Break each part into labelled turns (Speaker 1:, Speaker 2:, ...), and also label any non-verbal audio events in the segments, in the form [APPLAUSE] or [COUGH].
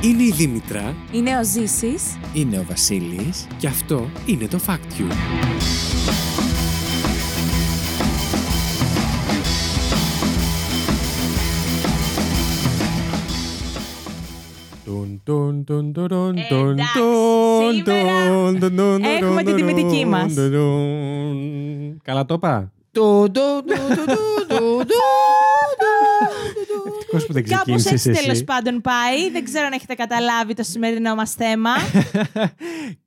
Speaker 1: Είναι η Δήμητρα
Speaker 2: Είναι ο Ζήσης.
Speaker 3: Είναι ο Βασίλης.
Speaker 1: και αυτό είναι το Fact You. Τουν, τουν, τουν, τουν, τουν,
Speaker 2: Εντάξει,
Speaker 1: τουν, τουν,
Speaker 2: σήμερα
Speaker 1: τουν, τουν, τουν,
Speaker 2: έχουμε
Speaker 1: τουν,
Speaker 2: την τιμητική
Speaker 1: τουν,
Speaker 2: μας.
Speaker 1: τουν, τουν. Καλά το είπα.
Speaker 3: Του, του, του, του, του, του, του.
Speaker 1: Ευτυχώς που δεν
Speaker 2: Κάπως
Speaker 1: ξεκίνησες
Speaker 2: έτσι τέλο
Speaker 1: εσύ.
Speaker 2: πάντων πάει. Δεν ξέρω αν έχετε καταλάβει το σημερινό μας
Speaker 3: [LAUGHS]
Speaker 2: θέμα.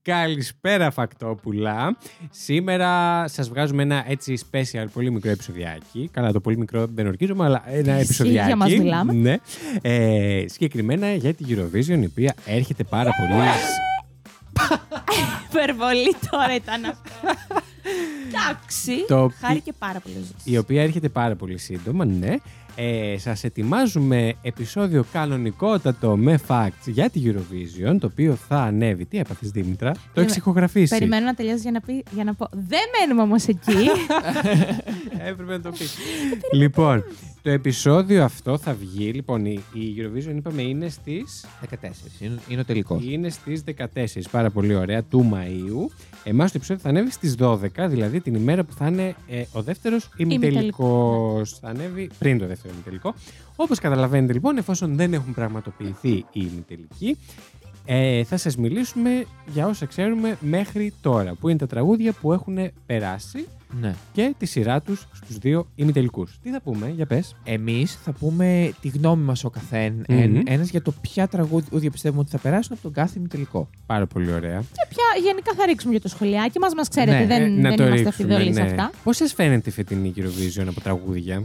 Speaker 1: Καλησπέρα Φακτόπουλα. Σήμερα σας βγάζουμε ένα έτσι special, πολύ μικρό επεισοδιάκι. Καλά, το πολύ μικρό δεν ορκίζομαι, αλλά ένα
Speaker 2: Της
Speaker 1: επεισοδιάκι.
Speaker 2: ίδια μας μιλάμε.
Speaker 1: Ναι. Ε, συγκεκριμένα για την Eurovision, η οποία έρχεται πάρα πολύ.
Speaker 2: Υπερβολή τώρα ήταν αυτό. Εντάξει.
Speaker 1: Το πι-
Speaker 2: Χάρηκε πάρα πολύ. ο Ζήσης.
Speaker 1: η οποία έρχεται πάρα πολύ σύντομα, ναι. Ε, σας ετοιμάζουμε επεισόδιο κανονικότατο με facts για τη Eurovision, το οποίο θα ανέβει. Τι έπαθες Δήμητρα, το έχεις ηχογραφήσει.
Speaker 2: Περιμένω να τελειώσει για να, πει, για να πω. Δεν μένουμε όμως
Speaker 3: [LAUGHS]
Speaker 2: εκεί.
Speaker 1: Έπρεπε να το πεις. λοιπόν, το επεισόδιο αυτό θα βγει. Λοιπόν, η, η Eurovision είπαμε είναι στις.
Speaker 3: 14. Είναι- Είναι ο τελικό.
Speaker 1: Είναι στις 14, πάρα πολύ ωραία, του Μαΐου. Εμάς το επεισόδιο θα ανέβει στις 12, δηλαδή την ημέρα που θα είναι ε, ο δεύτερος ημιτελικός. Θα ανέβει πριν το δεύτερο ημιτελικό. Όπως καταλαβαίνετε λοιπόν, εφόσον δεν έχουν πραγματοποιηθεί οι ημιτελικοί, ε, θα σας μιλήσουμε για όσα ξέρουμε μέχρι τώρα, που είναι τα τραγούδια που έχουν περάσει
Speaker 3: Ναι.
Speaker 1: και τη σειρά τους στους δύο ημιτελικούς. Τι θα πούμε, για πες.
Speaker 3: Εμείς θα πούμε τη γνώμη μας ο καθεν
Speaker 1: Μμμ.
Speaker 3: Ένας για το ποια τραγούδια πιστεύουμε ότι θα περάσουν από τον κάθε τελικό.
Speaker 1: Πάρα πολύ ωραία. Ε,
Speaker 2: Πια γενικά θα ρίξουμε για το σχολιάκι μας. Μας ξέρετε,
Speaker 3: Ναι,
Speaker 2: δεν, Ε, δεν είμαστε αφιδωλοί σε αυτά.
Speaker 1: Πώς σας ναι. φαίνεται η φετινή Eurovision από τραγούδια,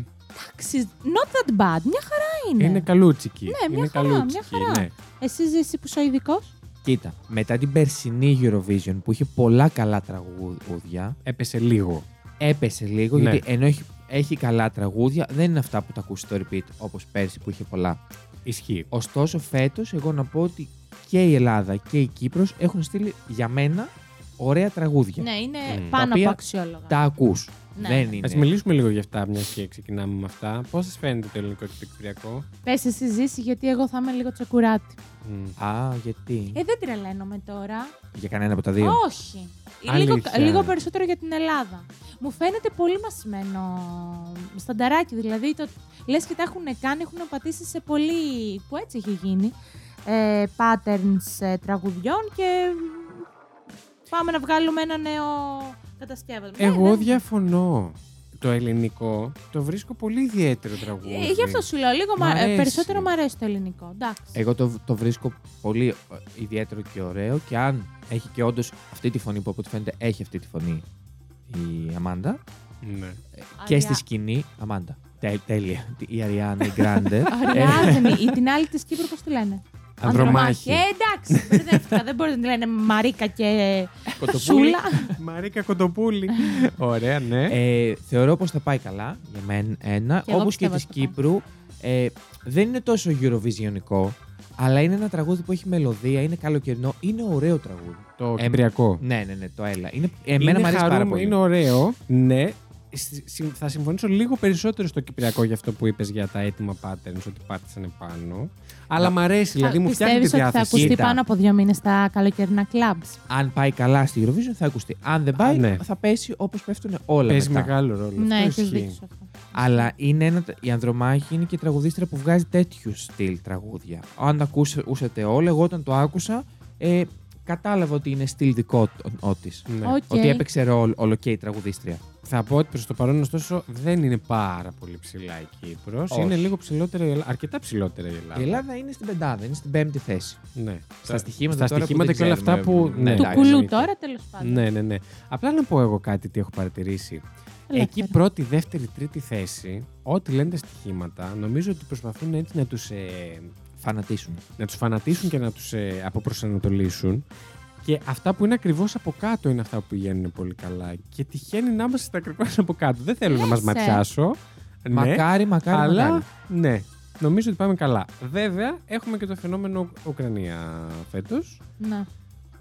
Speaker 2: Εντάξει. Not that bad. Μια χαρά είναι.
Speaker 1: Είναι καλούτσικη.
Speaker 2: Ναι, μια
Speaker 1: είναι
Speaker 2: χαρά, μια χαρά.
Speaker 1: ναι.
Speaker 2: Εσύ ζήσει που είσαι ειδικό.
Speaker 3: Κοίτα, μετά την περσινή Eurovision που είχε πολλά καλά τραγούδια,
Speaker 1: Έπεσε λίγο.
Speaker 3: έπεσε λίγο
Speaker 1: Ναι.
Speaker 3: γιατί ενώ έχει, έχει καλά τραγούδια, δεν είναι αυτά που τα ακούσει στο repeat όπως πέρσι που είχε πολλά.
Speaker 1: Ισχύει.
Speaker 3: Ωστόσο, φέτος, εγώ να πω ότι και η Ελλάδα και η Κύπρος έχουν στείλει για μένα ωραία τραγούδια.
Speaker 2: Ναι, είναι
Speaker 1: Μμ.
Speaker 2: πάνω
Speaker 3: Τα οποία
Speaker 2: από αξιόλογα.
Speaker 3: Τα ακούς.
Speaker 2: Ναι.
Speaker 3: Δεν
Speaker 1: Α
Speaker 3: είναι.
Speaker 1: μιλήσουμε λίγο για αυτά, μιας και ξεκινάμε με αυτά. Πώς σας φαίνεται το ελληνικό και το κυπριακό.
Speaker 2: Πες εσύ ζήσει, γιατί εγώ θα είμαι λίγο τσεκουράτη.
Speaker 1: Μμ.
Speaker 2: Ναι,
Speaker 3: Α, γιατί.
Speaker 2: Ε, δεν τρελαίνομαι τώρα.
Speaker 3: Για κανένα από τα δύο.
Speaker 2: Όχι.
Speaker 1: Αλήθεια.
Speaker 2: Λίγο, λίγο περισσότερο για την Ελλάδα. Μου φαίνεται πολύ μασμένο στανταράκι. Δηλαδή, το, λες και τα έχουν κάνει, έχουν πατήσει σε πολύ... που έτσι έχει γίνει, ε, patterns ε, τραγουδιών και πάμε να βγάλουμε ένα νέο κατασκεύασμα. Ναι,
Speaker 1: Εγώ
Speaker 2: δεν-
Speaker 1: διαφωνώ. Το ελληνικό το βρίσκω πολύ ιδιαίτερο τραγούδι.
Speaker 2: Ε, γι' αυτό σου λέω. Λίγο
Speaker 1: Μ'
Speaker 2: μα- ε,
Speaker 1: αρέσει.
Speaker 2: περισσότερο μου αρέσει το ελληνικό. Εντάξει.
Speaker 3: Εγώ το, το βρίσκω πολύ ε, ιδιαίτερο και ωραίο και αν έχει και όντως αυτή τη φωνή που από ό,τι φαίνεται έχει αυτή τη φωνή η Αμάντα.
Speaker 1: Ναι.
Speaker 3: Και
Speaker 2: Αριά-
Speaker 3: στη σκηνή Αμάντα. Τε- τέλεια. Η Αριάννα,
Speaker 2: [LAUGHS]
Speaker 3: η Γκράντε.
Speaker 2: Αριάδνη ή την άλλη της Κύπρου, πώς τη λένε.
Speaker 1: Ε. Ανδρομάχη.
Speaker 2: Ε, εντάξει, μπερδεύτηκα. δεν μπορεί να τη λένε Μαρίκα και Σούλα.
Speaker 1: Μαρίκα Κοντοπούλη. Ωραία, ναι.
Speaker 3: Ε, θεωρώ πως θα πάει καλά για μένα. Ένα,
Speaker 2: Και εγώ
Speaker 3: όπως και
Speaker 2: πιστεύω
Speaker 3: της
Speaker 2: ότι θα πάει.
Speaker 3: Κύπρου. Ε, δεν είναι τόσο Eurovisionικό, αλλά είναι ένα τραγούδι που έχει μελωδία, είναι καλοκαιρινό, είναι ωραίο τραγούδι.
Speaker 1: το
Speaker 3: ε,
Speaker 1: κυπριακό.
Speaker 3: Ναι, ναι, ναι, το έλα. Είναι, εμένα
Speaker 1: είναι
Speaker 3: μου αρέσει πάρα
Speaker 1: χαρούμενο,
Speaker 3: πολύ.
Speaker 1: Είναι ωραίο, ναι. Συ- συ- Θα συμφωνήσω λίγο περισσότερο στο Κυπριακό για αυτό που είπες για τα έτοιμα patterns, ότι πάτησαν πάνω. Αλλά μ' αρέσει, δηλαδή μου φτιάχνει τη
Speaker 2: Πιστεύεις ότι θα
Speaker 1: διάθεση.
Speaker 2: ακουστεί
Speaker 3: Κοίτα.
Speaker 2: πάνω από δύο μήνες στα καλοκαιρινά κλαμπς.
Speaker 3: Αν πάει καλά στη Eurovision θα ακουστεί. Αν δεν πάει,
Speaker 1: ναι.
Speaker 3: θα πέσει όπως πέφτουν όλα
Speaker 1: Παίζει
Speaker 3: μετά.
Speaker 1: μεγάλο ρόλο.
Speaker 2: Ναι,
Speaker 1: Αυτό
Speaker 2: έχεις
Speaker 1: ισχύει.
Speaker 2: δίκιο σε αυτό.
Speaker 3: Αλλά είναι ένα, η Ανδρομάχη είναι και τραγουδίστρια που βγάζει τέτοιου στυλ τραγούδια. Αν τα ακούσατε όλα, εγώ όταν το άκουσα, ε, κατάλαβα ότι είναι στυλ δικό τη.
Speaker 1: Ναι.
Speaker 2: Οκ.
Speaker 3: Ότι έπαιξε ρόλο όλο και η τραγουδίστρια.
Speaker 1: Θα πω ότι προς το παρόν, ωστόσο, δεν είναι πάρα πολύ ψηλά η Κύπρος.
Speaker 3: Όχι.
Speaker 1: Είναι λίγο ψηλότερα, η Ελλάδα- αρκετά ψηλότερα η Ελλάδα.
Speaker 3: Η Ελλάδα είναι στην πεντάδα, είναι στην πέμπτη θέση.
Speaker 1: Ναι.
Speaker 3: Στα στοιχήματα,
Speaker 1: στα
Speaker 3: τώρα
Speaker 1: στοιχήματα
Speaker 3: που
Speaker 1: και
Speaker 3: δεν
Speaker 1: όλα αυτά
Speaker 3: ξέρουμε,
Speaker 1: που. Ναι,
Speaker 2: Του
Speaker 3: εντάξει,
Speaker 2: κουλού
Speaker 1: εννοείται.
Speaker 2: τώρα τέλος πάντων.
Speaker 1: Ναι, ναι, ναι. Απλά να πω εγώ κάτι τι έχω παρατηρήσει.
Speaker 2: Ελεύθερα.
Speaker 1: Εκεί πρώτη, δεύτερη, τρίτη θέση, ό,τι λένε τα στοιχήματα, νομίζω ότι προσπαθούν έτσι να τους, ε,
Speaker 3: Φανατίσουν.
Speaker 1: να τους φανατίσουν και να τους ε, αποπροσανατολίσουν. Και αυτά που είναι ακριβώς από κάτω είναι αυτά που πηγαίνουν πολύ καλά. Και τυχαίνει να είμαστε στα ακριβώς [LAUGHS] από κάτω. Δεν θέλω να μας
Speaker 2: ε.
Speaker 1: ματιάσω. Ναι,
Speaker 3: Μακάρι, μακάρι,
Speaker 1: αλλά
Speaker 3: μακάρι.
Speaker 1: ναι, νομίζω ότι πάμε καλά. Βέβαια, έχουμε και το φαινόμενο Ουκρανία φέτος.
Speaker 2: Ναι.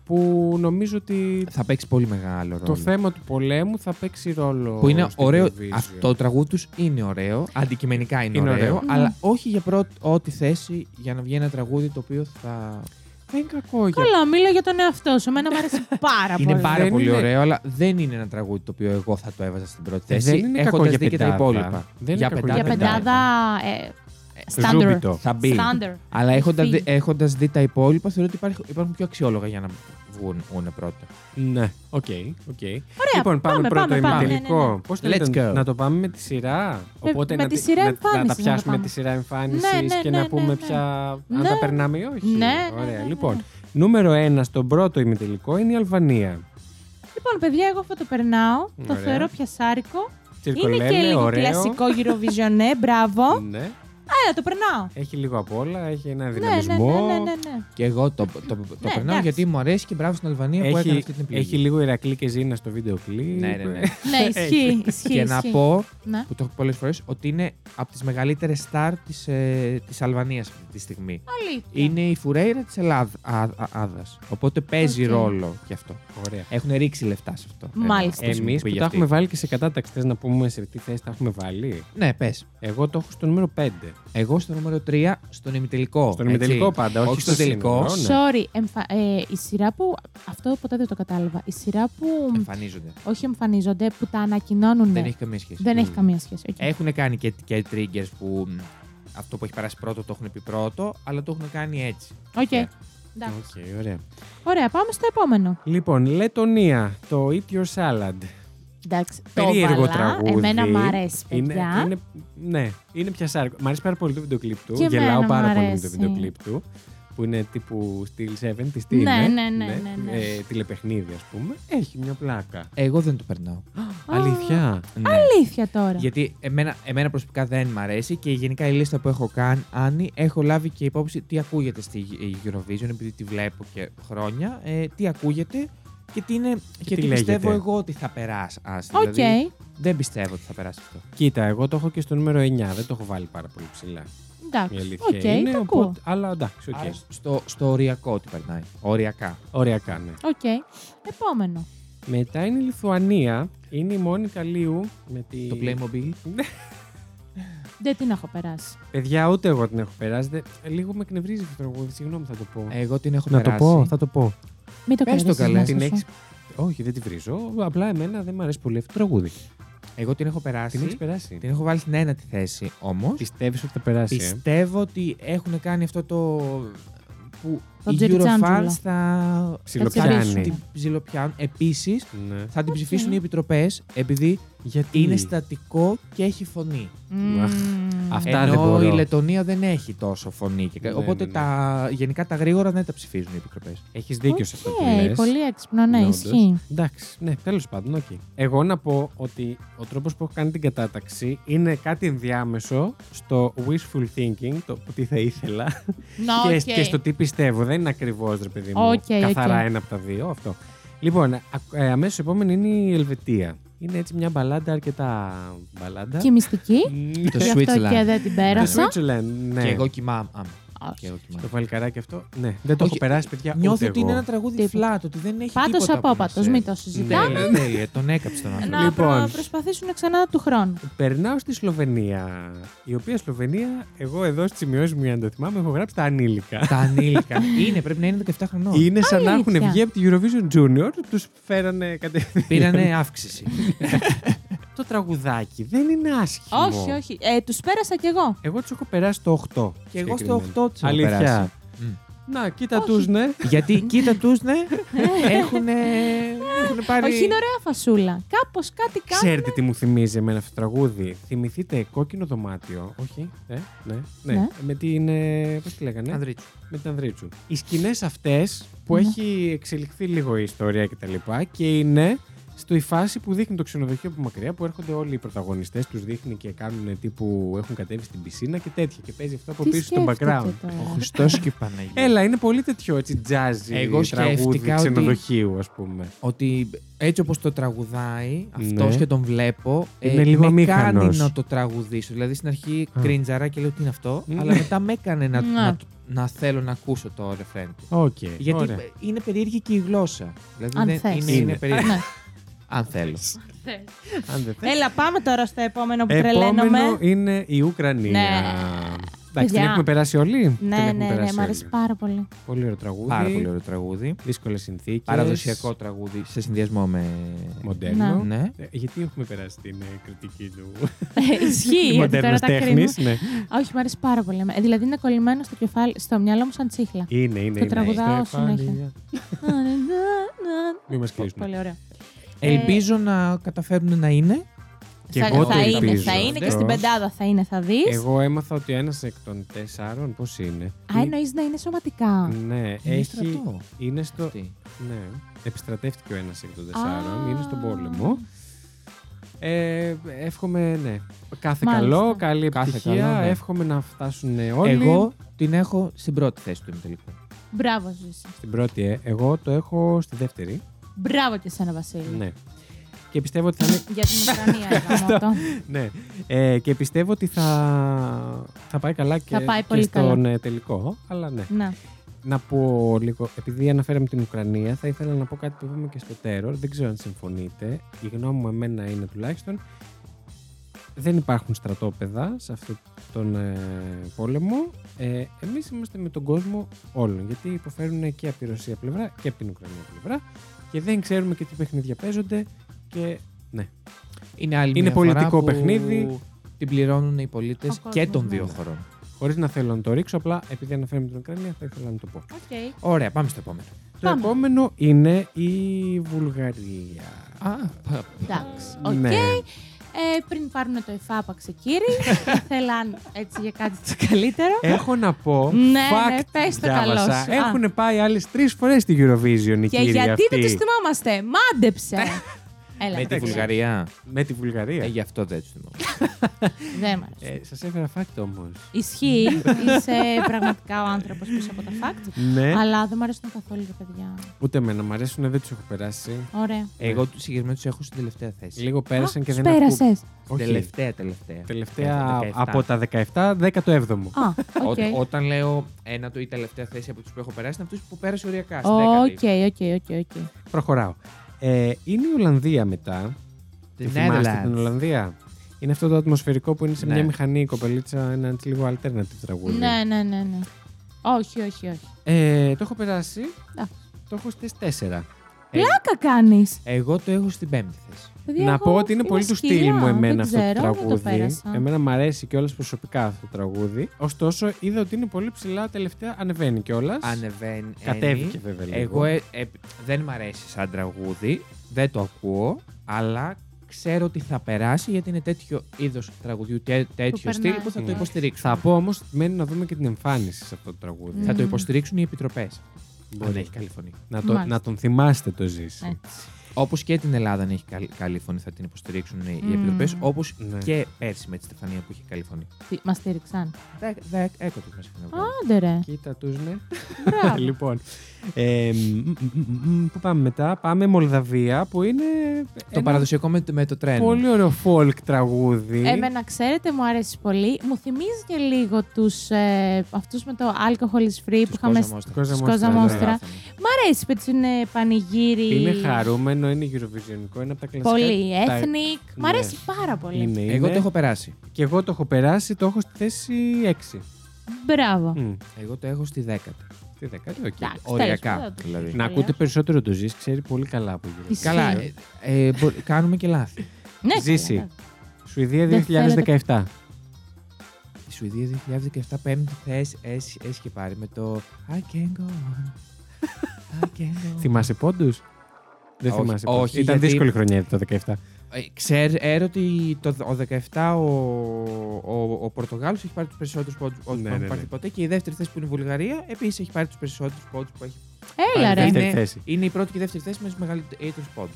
Speaker 1: που νομίζω ότι
Speaker 3: Θα παίξει πολύ μεγάλο ρόλο.
Speaker 1: το θέμα του πολέμου θα παίξει ρόλο.
Speaker 3: που είναι
Speaker 1: στην
Speaker 3: ωραίο.
Speaker 1: Eurovision.
Speaker 3: Αυτό το τραγούδι τους είναι ωραίο. Αντικειμενικά είναι,
Speaker 1: Είναι
Speaker 3: ωραίο.
Speaker 1: ωραίο. Mm.
Speaker 3: Αλλά
Speaker 2: Μμμ.
Speaker 3: όχι για πρώτη θέση για να βγει ένα τραγούδι το οποίο θα.
Speaker 1: Δεν είναι κακό για
Speaker 2: Καλά, μίλα για τον εαυτό σου. Εμένα μου
Speaker 1: [LAUGHS]
Speaker 2: αρέσει πάρα πολύ.
Speaker 3: Είναι πάρα
Speaker 1: Δεν
Speaker 3: πολύ
Speaker 1: είναι- Ε,
Speaker 3: ωραίο, αλλά δεν είναι ένα τραγούδι το οποίο εγώ θα το έβαζα στην πρώτη θέση.
Speaker 1: Δεν είναι
Speaker 3: έχοντας
Speaker 1: κακό για
Speaker 3: δει και τα
Speaker 1: πεντάδα.
Speaker 3: υπόλοιπα.
Speaker 1: Δεν είναι κακό
Speaker 2: Για
Speaker 1: πεντάδα.
Speaker 2: πεντάδα. ε, Standard.
Speaker 1: ζούμπιτο.
Speaker 3: Θα μπει.
Speaker 2: Standard.
Speaker 3: Αλλά έχοντας
Speaker 2: Φύγει.
Speaker 3: δει,
Speaker 1: ε,
Speaker 3: έχοντας δει τα υπόλοιπα, θεωρώ ότι υπάρχουν, υπάρχουν πιο αξιόλογα για να βγουν, βγουν πρώτα.
Speaker 1: Ναι, οκ, οκ. Λοιπόν, πάμε,
Speaker 2: πάμε,
Speaker 1: πρώτο
Speaker 2: πάμε, πάμε.
Speaker 1: ημιτελικό.
Speaker 2: Ναι, ναι, ναι.
Speaker 1: Πώς
Speaker 3: Let's
Speaker 1: θέλετε
Speaker 3: go.
Speaker 1: να το πάμε με τη σειρά.
Speaker 2: Με- με
Speaker 1: να,
Speaker 2: τη σειρά
Speaker 1: να- να,
Speaker 2: εμφάνισης
Speaker 1: τα
Speaker 2: να το
Speaker 1: πιάσουμε
Speaker 2: πάμε.
Speaker 1: τη σειρά εμφάνισης
Speaker 2: Ναι, ναι,
Speaker 1: και
Speaker 2: ναι,
Speaker 1: να
Speaker 2: ναι,
Speaker 1: πούμε
Speaker 2: ναι.
Speaker 1: πια αν
Speaker 2: Ναι.
Speaker 1: τα περνάμε ή όχι.
Speaker 2: Ναι, ναι,
Speaker 1: Ωραία,
Speaker 2: ναι, ναι,
Speaker 1: λοιπόν.
Speaker 2: ναι.
Speaker 1: Νούμερο 1 στον πρώτο ημιτελικό είναι η Αλβανία.
Speaker 2: Λοιπόν, παιδιά, εγώ αυτό το περνάω. Το
Speaker 1: Ωραία.
Speaker 2: θεωρώ πιασάρικο. είναι και
Speaker 1: Τσιρκολέλε,
Speaker 2: λίγο
Speaker 1: ωραίο.
Speaker 2: κλασικό γυροβιζιονέ, μπράβο.
Speaker 1: Ναι.
Speaker 2: Ε, το περνάω.
Speaker 1: Έχει λίγο απ' όλα, έχει ένα
Speaker 2: Ναι, ναι,
Speaker 1: δυναμισμό.
Speaker 2: ναι, ναι, ναι, ναι.
Speaker 3: Και εγώ το, το, το περνάω
Speaker 2: εντάξει.
Speaker 3: γιατί μου αρέσει και μπράβο στην
Speaker 2: ναι.
Speaker 3: Αλβανία που έκανε
Speaker 1: Έχει,
Speaker 3: αυτή την επιλογή.
Speaker 1: έχει λίγο Ηρακλή και Ζήνα στο βίντεο κλιπ.
Speaker 3: Ναι, ναι, ναι.
Speaker 2: Ναι,
Speaker 1: Ε,
Speaker 2: ισχύει, ισχύει.
Speaker 3: και να
Speaker 2: ισχύει.
Speaker 3: πω,
Speaker 2: Ναι.
Speaker 3: που το έχω πολλές φορές, ότι είναι από τις μεγαλύτερες στάρ της ε, της Αλβανίας αυτή τη στιγμή.
Speaker 2: Αλήθεια.
Speaker 3: Είναι η Φουρέιρα της Ελλάδα. Οπότε παίζει
Speaker 2: Οκ.
Speaker 3: ρόλο και αυτό.
Speaker 1: Ωραία.
Speaker 3: Έχουν ρίξει λεφτά σε αυτό.
Speaker 2: Μάλιστα.
Speaker 3: Ε,
Speaker 1: Εμείς που
Speaker 3: πήγε
Speaker 1: τα
Speaker 3: αυτή.
Speaker 1: έχουμε βάλει και σε κατάταξη, θες να πούμε σε τι θέση τα έχουμε βάλει.
Speaker 3: Ναι, πες.
Speaker 1: Εγώ το έχω στο νούμερο 5.
Speaker 3: Εγώ στο νούμερο 3, στον ημιτελικό.
Speaker 1: Στον
Speaker 3: έτσι.
Speaker 1: ημιτελικό πάντα, όχι,
Speaker 3: Όχι στο τελικό.
Speaker 1: σύνολο, ναι.
Speaker 2: Sorry, εμφα- ε, η σειρά που. Αυτό ποτέ δεν το κατάλαβα. Η σειρά που.
Speaker 3: Εμφανίζονται.
Speaker 2: Όχι εμφανίζονται, που τα ανακοινώνουν.
Speaker 3: Δεν έχει καμία σχέση.
Speaker 2: Ναι. Δεν έχει
Speaker 1: Μμ.
Speaker 2: καμία σχέση. Οκ.
Speaker 3: Έχουν κάνει και, και triggers που μ, αυτό που έχει περάσει πρώτο το έχουν πει πρώτο, αλλά το έχουν κάνει έτσι.
Speaker 2: Οκ.
Speaker 3: Ναι.
Speaker 2: Εντάξει.
Speaker 1: Οκ, ωραία.
Speaker 2: Ωραία, πάμε στο επόμενο.
Speaker 1: Λοιπόν, Λετωνία, το Eat Your Salad.
Speaker 2: Εντάξει, το
Speaker 1: Περίεργο
Speaker 2: βάλα.
Speaker 1: τραγούδι.
Speaker 2: Εμένα μου αρέσει,
Speaker 1: Είναι,
Speaker 2: παιδιά.
Speaker 1: είναι, ναι, είναι πιασάρικο. Μ' αρέσει πάρα πολύ το βίντεο κλιπ του.
Speaker 2: Και εμένα
Speaker 1: Γελάω
Speaker 2: μου
Speaker 1: πάρα πολύ με το
Speaker 2: αρέσει.
Speaker 1: βίντεο κλιπ του. Που είναι τύπου Steel 7, τη τι
Speaker 2: Ναι,
Speaker 1: είναι.
Speaker 2: ναι, ναι, ναι, ναι.
Speaker 1: Ε, τηλεπαιχνίδι, ας πούμε. Έχει μια πλάκα.
Speaker 3: Εγώ δεν το περνάω.
Speaker 1: Αλήθεια.
Speaker 3: Ναι.
Speaker 2: Αλήθεια τώρα.
Speaker 3: Γιατί εμένα, εμένα προσωπικά δεν μ' αρέσει και γενικά η λίστα που έχω κάνει, Άννη, έχω λάβει και υπόψη τι ακούγεται στη Eurovision, επειδή τη βλέπω και χρόνια, ε, τι ακούγεται και τι, είναι,
Speaker 1: τι
Speaker 3: και τι,
Speaker 1: λέγεται.
Speaker 3: πιστεύω εγώ ότι θα περάσει. Ας,
Speaker 2: Οκ.
Speaker 3: δηλαδή, δεν πιστεύω ότι θα περάσει αυτό.
Speaker 1: Κοίτα, εγώ το έχω και στο νούμερο 9. Δεν το έχω βάλει πάρα πολύ ψηλά. Η
Speaker 2: Εντάξει.
Speaker 1: αλήθεια
Speaker 2: Οκ,
Speaker 1: είναι.
Speaker 2: το ακούω.
Speaker 1: οπότε- αλλά εντάξει, οκ.
Speaker 3: Άρα στο, στο οριακό ότι περνάει. Οριακά.
Speaker 1: Ωραία κάνε.
Speaker 2: Οκ. Επόμενο.
Speaker 1: Μετά είναι η Λιθουανία. Είναι η Μόνικα Λίου με τη.
Speaker 3: Το Playmobil.
Speaker 2: Δεν την έχω περάσει.
Speaker 1: Παιδιά, ούτε εγώ την έχω περάσει. Δε- Λίγο με εκνευρίζει αυτό το τραγούδι. Συγγνώμη, θα το πω.
Speaker 3: Εγώ την έχω
Speaker 1: Ε, να το
Speaker 3: περάσει.
Speaker 1: πω, θα το πω.
Speaker 2: Μην το
Speaker 3: Πες το
Speaker 2: κρατήσεις
Speaker 3: καλά,
Speaker 2: μέσα
Speaker 1: την
Speaker 2: σου.
Speaker 1: έχεις... Όχι, δεν τη βρίζω. Απλά εμένα δεν μου αρέσει πολύ αυτό το τραγούδι.
Speaker 3: Εγώ την έχω περάσει.
Speaker 1: Την έχεις περάσει.
Speaker 3: Την έχω βάλει στην ένατη θέση όμως.
Speaker 1: Πιστεύεις ότι θα περάσει. ε?
Speaker 3: Πιστεύω ότι έχουν κάνει αυτό το. που
Speaker 2: Το
Speaker 3: οι
Speaker 2: τζιριτζάντζουλα.
Speaker 3: Eurofans θα.
Speaker 1: Ψιλοπιάνει.
Speaker 3: θα την ψιλοπιάνουν. Επίσης,
Speaker 1: Ναι.
Speaker 3: θα την
Speaker 2: Οκ.
Speaker 3: ψηφίσουν οι επιτροπές επειδή
Speaker 1: Γιατί
Speaker 3: είναι στατικό και έχει φωνή.
Speaker 2: Μμμ.
Speaker 1: Αχ, αυτά-
Speaker 3: Ενώ
Speaker 1: δεν μπορώ.
Speaker 3: η Λετωνία δεν έχει τόσο φωνή. Και...
Speaker 1: Ναι,
Speaker 3: οπότε
Speaker 1: ναι, ναι.
Speaker 3: Τα... γενικά τα γρήγορα δεν τα ψηφίζουν οι επιτροπές.
Speaker 1: Έχεις δίκιο σε αυτό
Speaker 2: Οκ,
Speaker 1: που λες.
Speaker 2: Πολύ έξυπνο, ναι,
Speaker 1: όντως.
Speaker 2: ισχύει.
Speaker 1: Εντάξει, ναι, τέλος πάντων, οκ. Εγώ να πω ότι ο τρόπος που έχω κάνει την κατάταξη είναι κάτι ενδιάμεσο στο wishful thinking, το τι θα ήθελα.
Speaker 2: Να,
Speaker 1: και,
Speaker 2: οκ.
Speaker 1: και στο τι πιστεύω. Δεν είναι ακριβώς, ρε παιδί μου.
Speaker 2: Οκ, οκ.
Speaker 1: καθαρά ένα από τα δύο. Αυτό. Λοιπόν, α- ε, αμέσως επόμενη είναι η Ελβετία. Είναι έτσι μια μπαλάντα, αρκετά μπαλάντα.
Speaker 2: Και μυστική.
Speaker 1: Ναι.
Speaker 3: Το
Speaker 2: Γι' αυτό
Speaker 3: Switzerland.
Speaker 2: και δεν την
Speaker 1: Το
Speaker 2: πέρασα.
Speaker 1: Switzerland, ναι.
Speaker 3: Και εγώ κοιμάμαι. άμα.
Speaker 2: Α,
Speaker 3: Και εγώ κοιμάμαι.
Speaker 1: Το παλικαράκι αυτό. Ναι, δεν το
Speaker 3: Όχι,
Speaker 1: έχω περάσει, παιδιά.
Speaker 3: Νιώθω
Speaker 1: ούτε
Speaker 3: ότι
Speaker 1: εγώ.
Speaker 3: είναι ένα τραγούδι
Speaker 2: Τίποτα.
Speaker 3: φλάτο, ότι δεν έχει
Speaker 2: Πάντως
Speaker 3: τίποτα. που να
Speaker 2: απόπατος,
Speaker 3: σε-
Speaker 2: μην το συζητάμε.
Speaker 3: Τέλεια, τέλεια, ναι, τον έκαψε τον άνθρωπο.
Speaker 2: Να
Speaker 1: Λοιπόν.
Speaker 2: προ- προσπαθήσουν ξανά του χρόνου.
Speaker 1: Περνάω στη Σλοβενία. Η οποία Σλοβενία, εγώ εδώ στι σημειώσει μου για να το θυμάμαι, έχω γράψει τα ανήλικα.
Speaker 3: Τα ανήλικα. είναι, πρέπει να είναι 17 χρονών.
Speaker 1: Είναι σαν να
Speaker 2: Αλήθεια.
Speaker 1: έχουν βγει από τη Eurovision Junior, τους φέρανε κατευθείαν.
Speaker 3: Πήρανε
Speaker 1: [LAUGHS]
Speaker 3: αύξηση.
Speaker 1: Το τραγουδάκι δεν είναι άσχημο.
Speaker 2: Όχι, όχι. Ε, τους πέρασα κι εγώ.
Speaker 1: Εγώ τους έχω περάσει το 8.
Speaker 3: Και εγώ στο
Speaker 1: συγκεκριμένα.
Speaker 3: 8 του
Speaker 1: Αλήθεια.
Speaker 3: Μμ.
Speaker 1: Να, κοίτα
Speaker 2: Όχι.
Speaker 1: τους, ναι.
Speaker 3: Γιατί κοίτα τους, ναι,
Speaker 2: [LAUGHS]
Speaker 3: έχουν πάρει.
Speaker 2: Όχι, είναι ωραία φασούλα. Κάπως κάτι κάνει.
Speaker 1: Ξέρετε τι μου θυμίζει εμένα αυτό το τραγούδι. Θυμηθείτε κόκκινο δωμάτιο. Όχι. Ε, ναι, ναι.
Speaker 2: Ναι.
Speaker 1: Με την. ε, Πώς τη λέγανε.
Speaker 3: Ανδρίτσου.
Speaker 1: Με την Ανδρίτσου. Οι σκηνές αυτές που
Speaker 2: Ναι.
Speaker 1: έχει εξελιχθεί λίγο η ιστορία κτλ. Και, τα λοιπά και είναι στη φάση που δείχνει το ξενοδοχείο από μακριά που έρχονται όλοι οι πρωταγωνιστές, τους δείχνει και κάνουν τύπου έχουν κατέβει στην πισίνα και τέτοια. Και παίζει αυτό από
Speaker 2: Τι
Speaker 1: πίσω στο
Speaker 2: σκέφτεται
Speaker 1: background.
Speaker 2: τώρα.
Speaker 3: Ο Χριστός και η Παναγία.
Speaker 1: Έλα, είναι πολύ τέτοιο έτσι τζάζι
Speaker 3: Εγώ
Speaker 1: τραγούδι
Speaker 3: σκέφτηκα ότι-
Speaker 1: ξενοδοχείου, ας πούμε.
Speaker 3: Ότι έτσι όπως το τραγουδάει, αυτό
Speaker 1: Ναι.
Speaker 3: και τον βλέπω. ε,
Speaker 1: Είναι λίγο
Speaker 3: με
Speaker 1: αμήχανος.
Speaker 3: κάνει να το τραγουδήσω. Δηλαδή στην αρχή
Speaker 1: Α. Ναι.
Speaker 3: κρίντζαρα και λέω τι είναι αυτό,
Speaker 1: Μμ.
Speaker 3: αλλά μετά με έκανε να,
Speaker 2: Ναι.
Speaker 3: να, το- να θέλω να ακούσω το ρεφρέν του.
Speaker 1: Οκ.
Speaker 3: Γιατί
Speaker 1: ωραία.
Speaker 3: ε, είναι περίεργη και η γλώσσα. Δηλαδή
Speaker 2: Αν
Speaker 3: δεν-
Speaker 2: θες.
Speaker 3: είναι,
Speaker 1: Είναι.
Speaker 3: είναι περίεργη.
Speaker 2: Ναι.
Speaker 3: Αν θέλω.
Speaker 1: Αν δεν θες.
Speaker 2: Έλα, πάμε τώρα στο επόμενο που
Speaker 1: Ε, Επόμενο
Speaker 2: τρελαίνομαι.
Speaker 1: είναι η Ουκρανία.
Speaker 2: Ναι.
Speaker 1: Εντάξει, την
Speaker 2: Παιδιά.
Speaker 1: έχουμε περάσει όλοι. Την
Speaker 2: Ναι,
Speaker 1: έχουμε
Speaker 2: ναι, ναι,
Speaker 1: περάσει
Speaker 2: μου
Speaker 1: όλοι.
Speaker 2: αρέσει πάρα πολύ.
Speaker 1: Πολύ ωραίο τραγούδι.
Speaker 3: Πάρα πολύ ωραίο τραγούδι.
Speaker 1: Δύσκολες συνθήκες.
Speaker 3: Παραδοσιακό τραγούδι σε συνδυασμό με.
Speaker 1: Μοντέρνο.
Speaker 3: Ναι.
Speaker 1: Ε, Γιατί έχουμε περάσει την ε, κριτική του Ναι.
Speaker 2: Ε, Ισχύει. γιατί
Speaker 1: μοντέρνος
Speaker 2: τώρα τα
Speaker 1: τέχνης.
Speaker 2: κρίνω. Όχι, μου αρέσει πάρα πολύ. Ε, Δηλαδή είναι κολλημένο στο κεφάλι, στο μυαλό μου σαν τσίχλα.
Speaker 1: Είναι, είναι.
Speaker 2: Το
Speaker 1: είναι.
Speaker 2: τραγουδάω
Speaker 1: Στεφάνια.
Speaker 2: συνέχεια. Να, να, να, να.
Speaker 1: Μη μας κλείσουμε.
Speaker 2: Πολύ ωραίο. Ε,
Speaker 3: Ελπίζω να καταφέρουν να είναι.
Speaker 1: Και
Speaker 2: θα,
Speaker 1: εγώ το
Speaker 2: θα είναι,
Speaker 1: ελπίζω.
Speaker 2: θα είναι και
Speaker 1: Αυτό.
Speaker 2: στην πεντάδα θα είναι, θα δεις.
Speaker 1: Εγώ έμαθα ότι ένας εκ των τεσσάρων, πώς είναι.
Speaker 2: Α, εννοείς να είναι σωματικά.
Speaker 1: Ναι,
Speaker 3: Είναι
Speaker 1: έχει.
Speaker 3: στρατό.
Speaker 1: Είναι στο.
Speaker 3: Τι.
Speaker 1: Ναι. Επιστρατεύτηκε ο ένας εκ των
Speaker 2: Α.
Speaker 1: τεσσάρων. Είναι στον πόλεμο. Ε, εύχομαι, ναι. Κάθε
Speaker 2: Μάλιστα.
Speaker 1: καλό, καλή
Speaker 3: Κάθε
Speaker 1: επιτυχία.
Speaker 3: καλό, ναι.
Speaker 1: Εύχομαι να φτάσουν όλοι.
Speaker 3: Εγώ την έχω στην πρώτη θέση του ημιτελικού.
Speaker 2: Μπράβο, Ζήση.
Speaker 1: Στην πρώτη, ε. Εγώ το έχω στη δεύτερη.
Speaker 2: Μπράβο και σένα, Βασίλη.
Speaker 1: Ναι. Και πιστεύω ότι θα
Speaker 3: [LAUGHS]
Speaker 1: είναι.
Speaker 2: Για την Ουκρανία,
Speaker 1: [LAUGHS]
Speaker 2: ρε γαμότο.
Speaker 1: ναι. Ε, και πιστεύω ότι θα, θα πάει καλά και,
Speaker 2: Θα πάει
Speaker 1: και
Speaker 2: πολύ
Speaker 1: στον ε, τελικό. Αλλά ναι.
Speaker 2: Ναι.
Speaker 1: Να πω λίγο, επειδή αναφέραμε την Ουκρανία, θα ήθελα να πω κάτι που είπαμε και στο Terror. Δεν ξέρω αν συμφωνείτε. Η γνώμη μου εμένα είναι τουλάχιστον. Δεν υπάρχουν στρατόπεδα σε αυτόν τον ε, πόλεμο. Ε, εμείς είμαστε με τον κόσμο όλων, γιατί υποφέρουν και από τη Ρωσία πλευρά και από την Ουκρανία πλευρά και δεν ξέρουμε και τι παιχνίδια παίζονται και ναι,
Speaker 3: Είναι, άλλη
Speaker 1: Είναι
Speaker 3: μια
Speaker 1: πολιτικό
Speaker 3: φορά που
Speaker 1: παιχνίδι.
Speaker 3: Την πληρώνουν οι πολίτες
Speaker 2: Ο
Speaker 3: και
Speaker 2: κόσμος,
Speaker 3: των δύο
Speaker 2: ναι.
Speaker 3: χωρών.
Speaker 1: χωρίς να θέλω να το ρίξω, απλά επειδή αναφέρουμε την Ουκρανία θα ήθελα να το πω.
Speaker 2: Οκ.
Speaker 3: Ωραία, πάμε στο επόμενο.
Speaker 1: Το
Speaker 2: Πάμε.
Speaker 1: επόμενο είναι η Βουλγαρία.
Speaker 3: Α,
Speaker 2: Εντάξει. Οκ.
Speaker 1: Ναι.
Speaker 2: Ε, πριν πάρουν το εφάπαξ οι
Speaker 1: [LAUGHS]
Speaker 2: κύριοι, θέλαν έτσι για κάτι το καλύτερο.
Speaker 1: Ε, Έχω να πω.
Speaker 2: Ναι, ναι,
Speaker 1: fact
Speaker 2: πες το
Speaker 1: διάβασα.
Speaker 2: καλό σου.
Speaker 1: Έχουν πάει άλλες τρεις φορές στη Eurovision οι
Speaker 2: Και
Speaker 1: κύριοι
Speaker 2: γιατί
Speaker 1: αυτοί.
Speaker 2: δεν τους θυμόμαστε. Μάντεψε.
Speaker 1: Ναι.
Speaker 2: Έλα,
Speaker 3: με τη
Speaker 2: εντάξει.
Speaker 3: Βουλγαρία.
Speaker 1: Με τη Βουλγαρία.
Speaker 3: Ε, γι' αυτό δεν του θυμόμαι.
Speaker 1: Ναι.
Speaker 2: Δεν μ' αρέσει.
Speaker 1: Ε, Σας έφερα fact όμως.
Speaker 2: Ισχύει. Είσαι πραγματικά ο άνθρωπος πίσω από τα fact.
Speaker 1: Ναι,
Speaker 2: Αλλά δεν μ' αρέσουν καθόλου τα παιδιά.
Speaker 1: ούτε εμένα. Μ' αρέσουν, δεν τους έχω περάσει.
Speaker 2: Ωραία.
Speaker 3: Εγώ τους συγκεκριμένα τους έχω στην τελευταία θέση.
Speaker 1: Λίγο πέρασαν
Speaker 2: Α,
Speaker 1: και
Speaker 2: τους
Speaker 1: δεν ακούω.
Speaker 2: πέρασες.
Speaker 1: Όχι.
Speaker 3: Τελευταία, τελευταία.
Speaker 1: Τελευταία
Speaker 3: Έχω 17.
Speaker 1: από τα 17, 17ο.
Speaker 2: Α, οκ.
Speaker 3: Ό- όταν λέω ένα του ή τελευταία θέση από τους που έχω περάσει, είναι αυτούς που πέρασε οριακά. Στην
Speaker 2: Οκ,
Speaker 3: okay.
Speaker 2: οκ, οκ, οκ.
Speaker 1: Προχωράω. Ε, είναι η Ολλανδία μετά. Τη θυμάστε την Ολλανδία. Είναι αυτό το ατμοσφαιρικό που είναι σε
Speaker 3: Ναι.
Speaker 1: μια μηχανή η κοπελίτσα, ένα έτσι λίγο alternative τραγούδι.
Speaker 2: Ναι, ναι, ναι, ναι. Όχι, όχι, όχι.
Speaker 1: Ε, το έχω περάσει.
Speaker 2: Α.
Speaker 1: Το έχω στις 4.
Speaker 2: Πλάκα κάνεις.
Speaker 3: Ε, Εγώ το έχω στην πέμπτη θέση.
Speaker 2: Παιδιά,
Speaker 1: Να
Speaker 2: εγώ
Speaker 1: πω ότι είναι πολύ του
Speaker 2: σκυλιά.
Speaker 1: στυλ μου εμένα
Speaker 2: Δεν
Speaker 1: αυτό το
Speaker 2: ξέρω, δεν
Speaker 1: τραγούδι.
Speaker 2: πέρασα.
Speaker 1: εμένα μου αρέσει κιόλας προσωπικά αυτό το τραγούδι. Ωστόσο, είδα ότι είναι πολύ ψηλά τελευταία, ανεβαίνει κιόλας.
Speaker 3: Ανεβαίνει.
Speaker 1: Κατέβηκε βέβαια λίγο.
Speaker 3: Εγώ ε, ε, δεν μ' αρέσει σαν τραγούδι, δεν το ακούω, αλλά ξέρω ότι θα περάσει γιατί είναι τέτοιο είδος τραγουδιού, τέ- τέτοιο στυλ
Speaker 2: περνάει.
Speaker 3: που θα το
Speaker 1: Ναι.
Speaker 3: υποστηρίξουν.
Speaker 1: Θα πω όμως, μένει να δούμε και την εμφάνιση σε αυτό το τραγούδι.
Speaker 3: Θα
Speaker 2: Mm.
Speaker 3: το υποστηρίξουν οι επιτροπές. Αν
Speaker 1: Μπορεί.
Speaker 3: έχει καλή φωνή.
Speaker 1: Να, το,
Speaker 2: Ναι, Μάλιστα. Ναι.
Speaker 1: να τον θυμάστε το ζήσει.
Speaker 2: Έτσι.
Speaker 3: Όπως και την Ελλάδα, αν έχει καλ- καλή φωνή, θα την υποστηρίξουν οι
Speaker 2: Mm.
Speaker 3: επιτροπές. Όπως
Speaker 1: Ναι.
Speaker 3: και πέρσι με τη Στεφανία που είχε καλή φωνή.
Speaker 2: Τι, Μας στήριξαν.
Speaker 3: Δε, δε, έκοτες μας είχαν βγάλει.
Speaker 2: Άντε ρε.
Speaker 1: Κοίτα τους, ναι.
Speaker 2: Μπράβο.
Speaker 1: [LAUGHS] λοιπόν. Ε, μ, μ, μ, μ, πού πάμε μετά. Πάμε Μολδαβία που είναι.
Speaker 3: Το παραδοσιακό με, με το τρένο.
Speaker 1: Πολύ ωραίο folk τραγούδι.
Speaker 2: Εμένα, ξέρετε, μου αρέσει πολύ. Μου θυμίζει και λίγο τους, ε, αυτούς με το alcohol is free που
Speaker 3: Τους
Speaker 2: είχαμε...
Speaker 3: Κόζα Μόστρα.
Speaker 1: Κόζα
Speaker 2: Σκόζα
Speaker 1: Μόστρα,
Speaker 2: Μόστρα.
Speaker 1: ναι.
Speaker 2: Μ' αρέσει που έτσι είναι πανηγύρι.
Speaker 1: Είναι χαρούμενο, είναι γυροβιζιονικό, είναι από τα κλασικά.
Speaker 2: Πολύ
Speaker 1: τα-
Speaker 2: ethnic. Μ'
Speaker 1: Ναι.
Speaker 2: αρέσει πάρα πολύ.
Speaker 1: Είναι, είναι.
Speaker 3: Εγώ το έχω περάσει.
Speaker 1: Και εγώ το έχω περάσει, το έχω στη θέση 6.
Speaker 2: Μπράβο.
Speaker 1: Μμ,
Speaker 3: Εγώ το έχω στη δέκατη.
Speaker 1: Στη δεκάτη, οκ.
Speaker 2: Εντάξει, τέλος
Speaker 3: Οριακά
Speaker 2: πάντων.
Speaker 3: δηλαδή.
Speaker 1: Να ακούτε περισσότερο το Ζης, ξέρει πολύ καλά από γύρω.
Speaker 2: Ισχύει.
Speaker 3: Καλά, ε, ε, μπο- κάνουμε και λάθη.
Speaker 2: Ναι,
Speaker 1: Ζήση.
Speaker 2: καλά.
Speaker 1: Σουηδία
Speaker 2: Δεν θέλω
Speaker 1: 2017.
Speaker 3: Η Σουηδία 2017 πέμπτη θέση έσ- έσχε πάρει με το I can go on. I can go on.
Speaker 1: Θυμάσαι πόντους? Δεν
Speaker 3: Όχι,
Speaker 1: θυμάσαι πόντους.
Speaker 3: όχι,
Speaker 1: Ήταν
Speaker 3: γιατί-
Speaker 1: δύσκολη χρονιά το 17.
Speaker 3: Ε, Ξέρω ότι το, ο 17 ο, ο, ο Πορτογάλος έχει πάρει τους περισσότερους πόντους που
Speaker 1: Ναι,
Speaker 3: έχουν
Speaker 1: ναι,
Speaker 3: πάρει
Speaker 1: ναι.
Speaker 3: ποτέ και η δεύτερη θέση που είναι η Βουλγαρία επίσης έχει πάρει τους περισσότερους πόντους που έχει
Speaker 2: Έλα
Speaker 1: Πάλι
Speaker 2: ρε.
Speaker 1: δεύτερη
Speaker 3: Είναι-
Speaker 1: θέση.
Speaker 3: Είναι η πρώτη και η δεύτερη θέση με τους μεγαλύτερους πόντους.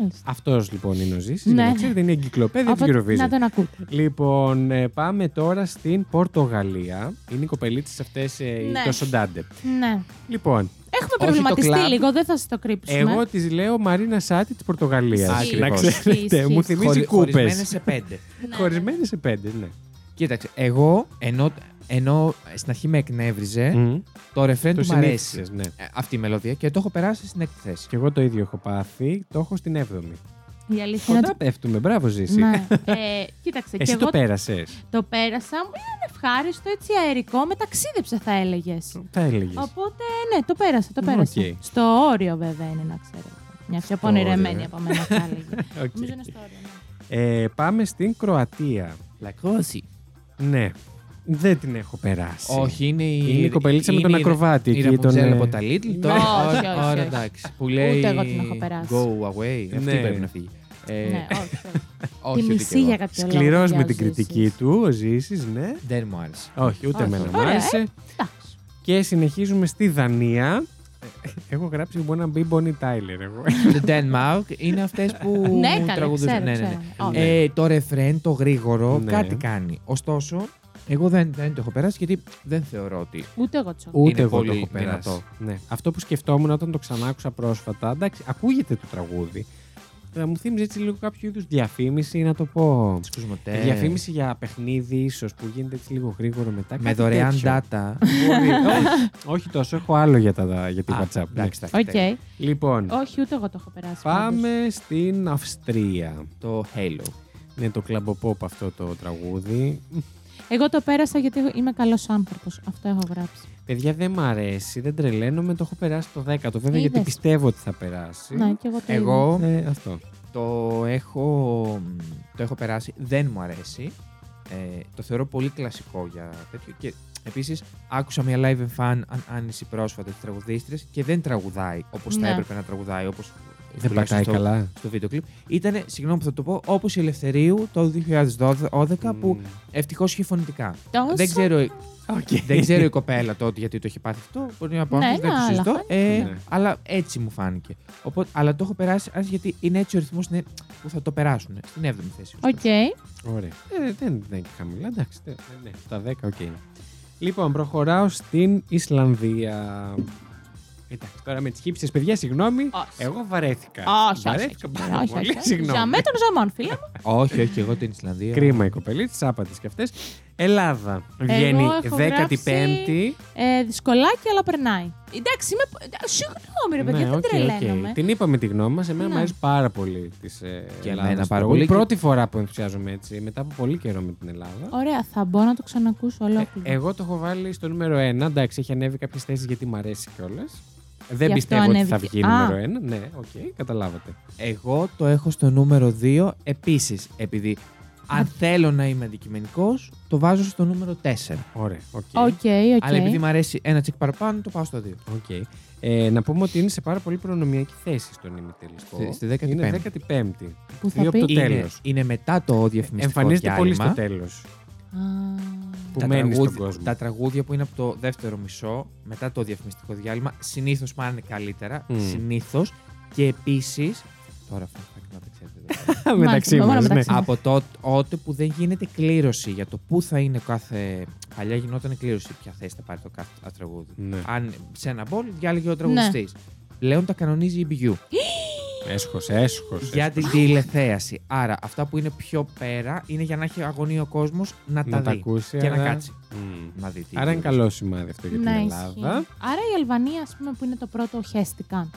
Speaker 2: Μάλιστα.
Speaker 1: Αυτός λοιπόν είναι ο Ζης.
Speaker 2: Ναι.
Speaker 1: για να Ξέρετε, είναι η εγκυκλοπαίδεια της
Speaker 2: Από-
Speaker 1: Eurovision.
Speaker 2: Να τον ακούτε.
Speaker 1: Λοιπόν, ε, πάμε τώρα στην Πορτογαλία. Είναι οι κοπελίτσες αυτές, ε, οι
Speaker 2: Ναι.
Speaker 1: το Σοντάντε.
Speaker 2: Ναι.
Speaker 1: Λοιπόν,
Speaker 2: Έχουμε
Speaker 3: το
Speaker 2: προβληματιστεί
Speaker 3: κλαμπ.
Speaker 2: λίγο, δεν θα σας το κρύψουμε. Ναι,
Speaker 1: εγώ τις λέω Μαρίνα Σάτι της Πορτογαλίας. Ναι,
Speaker 3: Ισχύει.
Speaker 1: Να
Speaker 3: Ακριβώς.
Speaker 1: ξέρετε,
Speaker 2: Ισχύει,
Speaker 1: μου
Speaker 2: ισχύει.
Speaker 1: [LAUGHS] θυμίζει κούπες.
Speaker 3: σε πέντε.
Speaker 2: Ναι.
Speaker 1: Χωρισμένοι σε πέντε, ναι.
Speaker 3: Κοίταξε, εγώ ενώ, ενώ στην αρχή με εκνεύριζε,
Speaker 1: Μμμ.
Speaker 3: το ρεφρέν
Speaker 1: Ε, Το
Speaker 3: του μ' αρέσει.
Speaker 1: συνήθισες, ναι.
Speaker 3: Ε, αυτή η μελωδία και το έχω περάσει στην έκτη θέση.
Speaker 1: Και εγώ το ίδιο έχω πάθει. Το έχω στην 7η.
Speaker 2: Η αλήθεια είναι
Speaker 1: Κοντά πέφτουμε. Μπράβο, Ζήση.
Speaker 2: ότι- Ναι.
Speaker 1: [LAUGHS]
Speaker 2: Ε, κοίταξε, και
Speaker 1: Εσύ
Speaker 2: εγώ
Speaker 1: το πέρασες.
Speaker 2: το πέρασα. Μου ήταν ευχάριστο, έτσι αερικό, μεταξίδεψε θα έλεγες.
Speaker 1: Θα έλεγες.
Speaker 2: Οπότε, ναι, το πέρασα, το πέρασα.
Speaker 1: Οκ.
Speaker 2: Στο όριο βέβαια είναι, να ξέρετε. Μια πιο πονηρεμένη
Speaker 1: όριο, ε.
Speaker 2: από μένα θα
Speaker 1: [LAUGHS]
Speaker 2: έλεγε. Νομίζω είναι στο όριο. ναι.
Speaker 1: Ε, πάμε στην Κροατία.
Speaker 3: Λακρόση.
Speaker 1: Ναι. Δεν την έχω περάσει.
Speaker 3: Όχι, είναι η.
Speaker 1: Είναι η κοπελίτσα με
Speaker 3: είναι
Speaker 1: τον
Speaker 3: η-
Speaker 1: ακροβάτη.
Speaker 3: Η
Speaker 1: εκεί, τον,
Speaker 3: Ραπουνζέλ
Speaker 1: ε,
Speaker 3: από τα Lidl.
Speaker 2: Ναι.
Speaker 3: Τώρα,
Speaker 2: Όχι,
Speaker 3: ώρα-
Speaker 2: όχι,
Speaker 3: ώρα,
Speaker 2: όχι.
Speaker 3: εντάξει. Που λέει.
Speaker 2: εγώ την έχω περάσει.
Speaker 3: Go away. Αυτή
Speaker 1: Ναι.
Speaker 3: πρέπει να φύγει. Ε,
Speaker 2: Ναι, όχι. όχι.
Speaker 3: όχι,
Speaker 2: Τη
Speaker 3: ούτε κι
Speaker 2: μισή
Speaker 3: εγώ.
Speaker 2: για κάποιο λόγο.
Speaker 1: Σκληρός με
Speaker 2: βιάζει
Speaker 1: την κριτική
Speaker 2: εσείς.
Speaker 1: του, ο Ζήσης, ναι.
Speaker 3: Δεν μου άρεσε.
Speaker 1: Όχι, ούτε
Speaker 3: Όχι.
Speaker 1: εμένα μου
Speaker 2: Ωραία, ε.
Speaker 1: άρεσε.
Speaker 2: Εντάξει.
Speaker 1: Και συνεχίζουμε στη Δανία. Ε, Έχω γράψει που μπορεί να μπει Bonnie Tyler εγώ.
Speaker 3: Το Denmark είναι αυτές που
Speaker 2: [LAUGHS] Ναι, καλέ,
Speaker 3: τραγουδούσαν.
Speaker 2: ξέρω, ξέρω. Όχι.
Speaker 3: Ε, το ρεφρέν, το γρήγορο,
Speaker 1: Ναι.
Speaker 3: κάτι κάνει. Ωστόσο, εγώ δεν, δεν το έχω περάσει γιατί δεν θεωρώ ότι.
Speaker 2: Ούτε εγώ τσο.
Speaker 1: Ούτε εγώ το
Speaker 3: πολύ
Speaker 1: έχω περάσει.
Speaker 3: δυνατό.
Speaker 1: Ναι. Αυτό που σκεφτόμουν όταν το ξανά άκουσα πρόσφατα, εντάξει, ακούγεται το τραγούδι. Θα μου θύμιζε έτσι λίγο κάποιο είδους διαφήμιση, να το πω.
Speaker 3: Τις κοσμοτές.
Speaker 1: Διαφήμιση για παιχνίδι, ίσως που γίνεται έτσι λίγο γρήγορο μετά.
Speaker 3: Με
Speaker 1: κάτι
Speaker 3: δωρεάν
Speaker 1: τέτοιο.
Speaker 3: data.
Speaker 1: Μπορεί. όχι, όχι τόσο, έχω άλλο για, τα, για [LAUGHS] τη
Speaker 3: Α,
Speaker 1: WhatsApp. ναι.
Speaker 3: εντάξει, εντάξει,
Speaker 2: Οκ.
Speaker 3: εντάξει.
Speaker 1: Λοιπόν,
Speaker 2: Όχι, ούτε εγώ το έχω περάσει. πάντως.
Speaker 1: πάμε στην Αυστρία.
Speaker 3: Το Halo.
Speaker 1: Ναι, το κλαμποπόπ αυτό το τραγούδι.
Speaker 2: Εγώ το πέρασα γιατί είμαι καλός άνθρωπος. Αυτό έχω γράψει.
Speaker 1: Παιδιά, δεν μ' αρέσει, δεν τρελαίνομαι, το έχω περάσει το 10ο. Βέβαια, γιατί
Speaker 2: Είδες.
Speaker 1: πιστεύω ότι θα περάσει.
Speaker 2: Ναι, και εγώ το ίδιο.
Speaker 3: Εγώ
Speaker 1: Ε, αυτό.
Speaker 3: το έχω, το έχω περάσει, δεν μου αρέσει. Ε, το θεωρώ πολύ κλασικό για τέτοιο. Και επίσης άκουσα μια live and fan αν άνηση πρόσφατα της τραγουδίστριας και δεν τραγουδάει όπως θα
Speaker 2: Ναι.
Speaker 3: έπρεπε να τραγουδάει. Όπως,
Speaker 1: Δεν
Speaker 3: τουλάχιστον
Speaker 1: πατάει
Speaker 3: στο,
Speaker 1: καλά.
Speaker 3: Στο βίντεο κλιπ. Ήταν, συγγνώμη που θα το πω, όπως η Ελευθερίου το 2012 που ευτυχώς είχε φωνητικά.
Speaker 2: Τόσο-
Speaker 3: Δεν ξέρω,
Speaker 1: Okay.
Speaker 3: δεν ξέρω η κοπέλα τότε γιατί το είχε πάθει αυτό. Μπορεί να πάω
Speaker 2: Ναι,
Speaker 3: δεν
Speaker 2: είναι
Speaker 3: το
Speaker 2: άλλα
Speaker 3: συζητώ. Ε,
Speaker 1: Ναι.
Speaker 3: Αλλά έτσι μου φάνηκε. Οπότε, αλλά το έχω περάσει ας, γιατί είναι έτσι ο ρυθμός που θα το περάσουν. ε, Στην 7η θέση.
Speaker 2: Οκ.
Speaker 3: ωστόσο.
Speaker 1: Ωραία. Ε, δεν δεν είναι χαμηλά, εντάξει. δεν- δεν- ναι, στα 10, οκ. είναι. Λοιπόν, προχωράω στην Ισλανδία. Εντάξει, τώρα με τις χύψε, παιδιά, συγγνώμη.
Speaker 2: Όχι.
Speaker 1: Εγώ βαρέθηκα.
Speaker 2: Όχι, όχι,
Speaker 1: βαρέθηκα
Speaker 2: όχι.
Speaker 1: πάρα
Speaker 2: όχι,
Speaker 1: πολύ.
Speaker 2: όχι.
Speaker 1: Συγγνώμη.
Speaker 2: Για μέτρων ζωμών, φίλε μου.
Speaker 3: όχι, όχι, εγώ την Ισλανδία.
Speaker 1: Κρίμα οι κοπελίτσε, άπατε κι αυτές. Ελλάδα. Βγαίνει
Speaker 2: έχω
Speaker 1: 15η.
Speaker 2: Ε, δυσκολάκι, αλλά περνάει. Εντάξει, είμαι. ε, Συγγνώμη, ρε παιδιά, δεν
Speaker 1: Ναι, οκ, οκ.
Speaker 2: τρελαίνομαι.
Speaker 1: Την είπαμε τη γνώμη μας. Εμένα
Speaker 2: Ναι.
Speaker 1: μου αρέσει πάρα πολύ ε, τη
Speaker 3: Και
Speaker 1: Ελλάδα.
Speaker 3: εμένα πάρα πολύ.
Speaker 1: Πρώτη φορά που ενθουσιάζομαι έτσι, μετά από πολύ καιρό με την Ελλάδα.
Speaker 2: Ωραία, θα μπω να το ξανακούσω ολόκληρο.
Speaker 1: Ε, εγώ το έχω βάλει στο νούμερο 1. Εντάξει, έχει ανέβει κάποιες θέσεις γιατί μου αρέσει κιόλας. Δεν
Speaker 2: αυτό
Speaker 1: πιστεύω ότι θα
Speaker 2: ανέβηκε.
Speaker 1: βγει
Speaker 2: Α.
Speaker 1: νούμερο 1. Ναι, οκ, καταλάβατε.
Speaker 3: Εγώ το έχω στο νούμερο 2 επίσης. Επειδή αν θέλω να είμαι αντικειμενικός, το βάζω στο νούμερο 4.
Speaker 1: Ωραία, οκ.
Speaker 2: Οκ, οκ.
Speaker 3: Αλλά επειδή μου αρέσει ένα τσεκ παραπάνω, το πάω στο 2.
Speaker 1: Οκ. Ε, να πούμε ότι είναι σε πάρα πολύ προνομιακή θέση στον ημιτελικό.
Speaker 3: Στη- στη 15η.
Speaker 1: Είναι 15η.
Speaker 2: Που θα
Speaker 1: δύο από
Speaker 2: πει.
Speaker 1: το
Speaker 3: Είναι,
Speaker 1: τέλος.
Speaker 3: είναι μετά το διαφημιστικό
Speaker 1: Εμφανίζεται πολύ
Speaker 3: διάλειμμα.
Speaker 1: στο τέλος.
Speaker 2: Α,
Speaker 1: Που μένει στον
Speaker 3: τραγούδια-
Speaker 1: κόσμο.
Speaker 3: τα τραγούδια που είναι από το δεύτερο μισό, μετά το διαφημιστικό διάλειμμα, συνήθως πάνε καλύτερα.
Speaker 1: Μμμ.
Speaker 3: Συνήθως. Και επίσης. Τώρα αυτό θα να τα ξέρετε.
Speaker 1: [LAUGHS]
Speaker 3: βέβαια.
Speaker 1: Μεταξύ
Speaker 2: μόνο
Speaker 1: μας. Ναι.
Speaker 2: μεταξύ.
Speaker 3: από το- τότε που δεν γίνεται κλήρωση για το πού θα είναι κάθε. Παλιά γινόταν κλήρωση ποια θέση θα πάρει το κάθε το τραγούδι.
Speaker 1: Ναι.
Speaker 3: Αν σε ένα μπολ διάλεγε ο τραγουδιστής. Πλέον τα κανονίζει η BU
Speaker 1: Έσχος, έσχος.
Speaker 3: για την τηλεθέαση. Άρα αυτά που είναι πιο πέρα είναι για να έχει αγωνία ο κόσμος να,
Speaker 1: Να τα
Speaker 3: τα δει.
Speaker 1: ακούσει.
Speaker 3: και να
Speaker 1: άρα-
Speaker 3: κάτσει.
Speaker 1: Μμμ.
Speaker 3: Να δει τι
Speaker 1: Άρα είναι
Speaker 3: γίνεται.
Speaker 1: καλό σημάδι αυτό για την
Speaker 2: Ναι,
Speaker 1: Ελλάδα.
Speaker 2: ισχύει. Άρα η Αλβανία, ας πούμε, που είναι το πρώτο, χέστηκαν.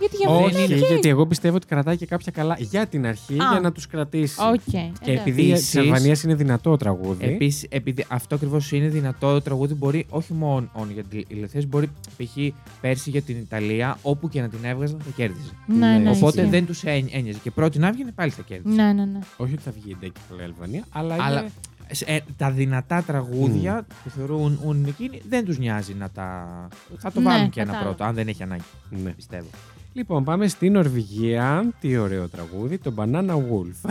Speaker 2: Γιατί για μένα
Speaker 1: Όχι,
Speaker 2: είναι οκ.
Speaker 1: γιατί εγώ πιστεύω ότι κρατάει και κάποια καλά για την αρχή
Speaker 2: Α.
Speaker 1: για να τους κρατήσει.
Speaker 2: Οκ.
Speaker 1: Και
Speaker 2: εντάξει.
Speaker 1: επειδή
Speaker 3: Επίσης-
Speaker 1: τη Αλβανία είναι δυνατό τραγούδι.
Speaker 3: Επίσης, επειδή αυτό ακριβώς είναι δυνατό το τραγούδι, μπορεί όχι μόνο για την ηλεθέαση, μπορεί π.χ. πέρσι για την Ιταλία, όπου και να την έβγαζαν θα κέρδιζε.
Speaker 2: Ναι, ναι,
Speaker 3: Οπότε
Speaker 2: ισχύει.
Speaker 3: δεν τους ένοιαζε. Και πρώτη να έβγαινε πάλι θα κέρδιζε.
Speaker 2: Ναι, ναι, ναι.
Speaker 1: Όχι ότι θα βγει η Ντέκη η Αλβανία, αλλά,
Speaker 3: Αλλά
Speaker 1: είναι-
Speaker 3: σε- ε, τα δυνατά τραγούδια που θεωρούν ούν εκείνοι δεν τους νοιάζει να τα. Θα το
Speaker 2: Ναι,
Speaker 3: βάλουν και ένα
Speaker 2: κατάλαβα.
Speaker 3: πρώτο, αν δεν έχει ανάγκη.
Speaker 1: Ναι.
Speaker 3: Πιστεύω.
Speaker 1: Λοιπόν, πάμε στην Νορβηγία. Τι ωραίο τραγούδι, το Banana Wolf.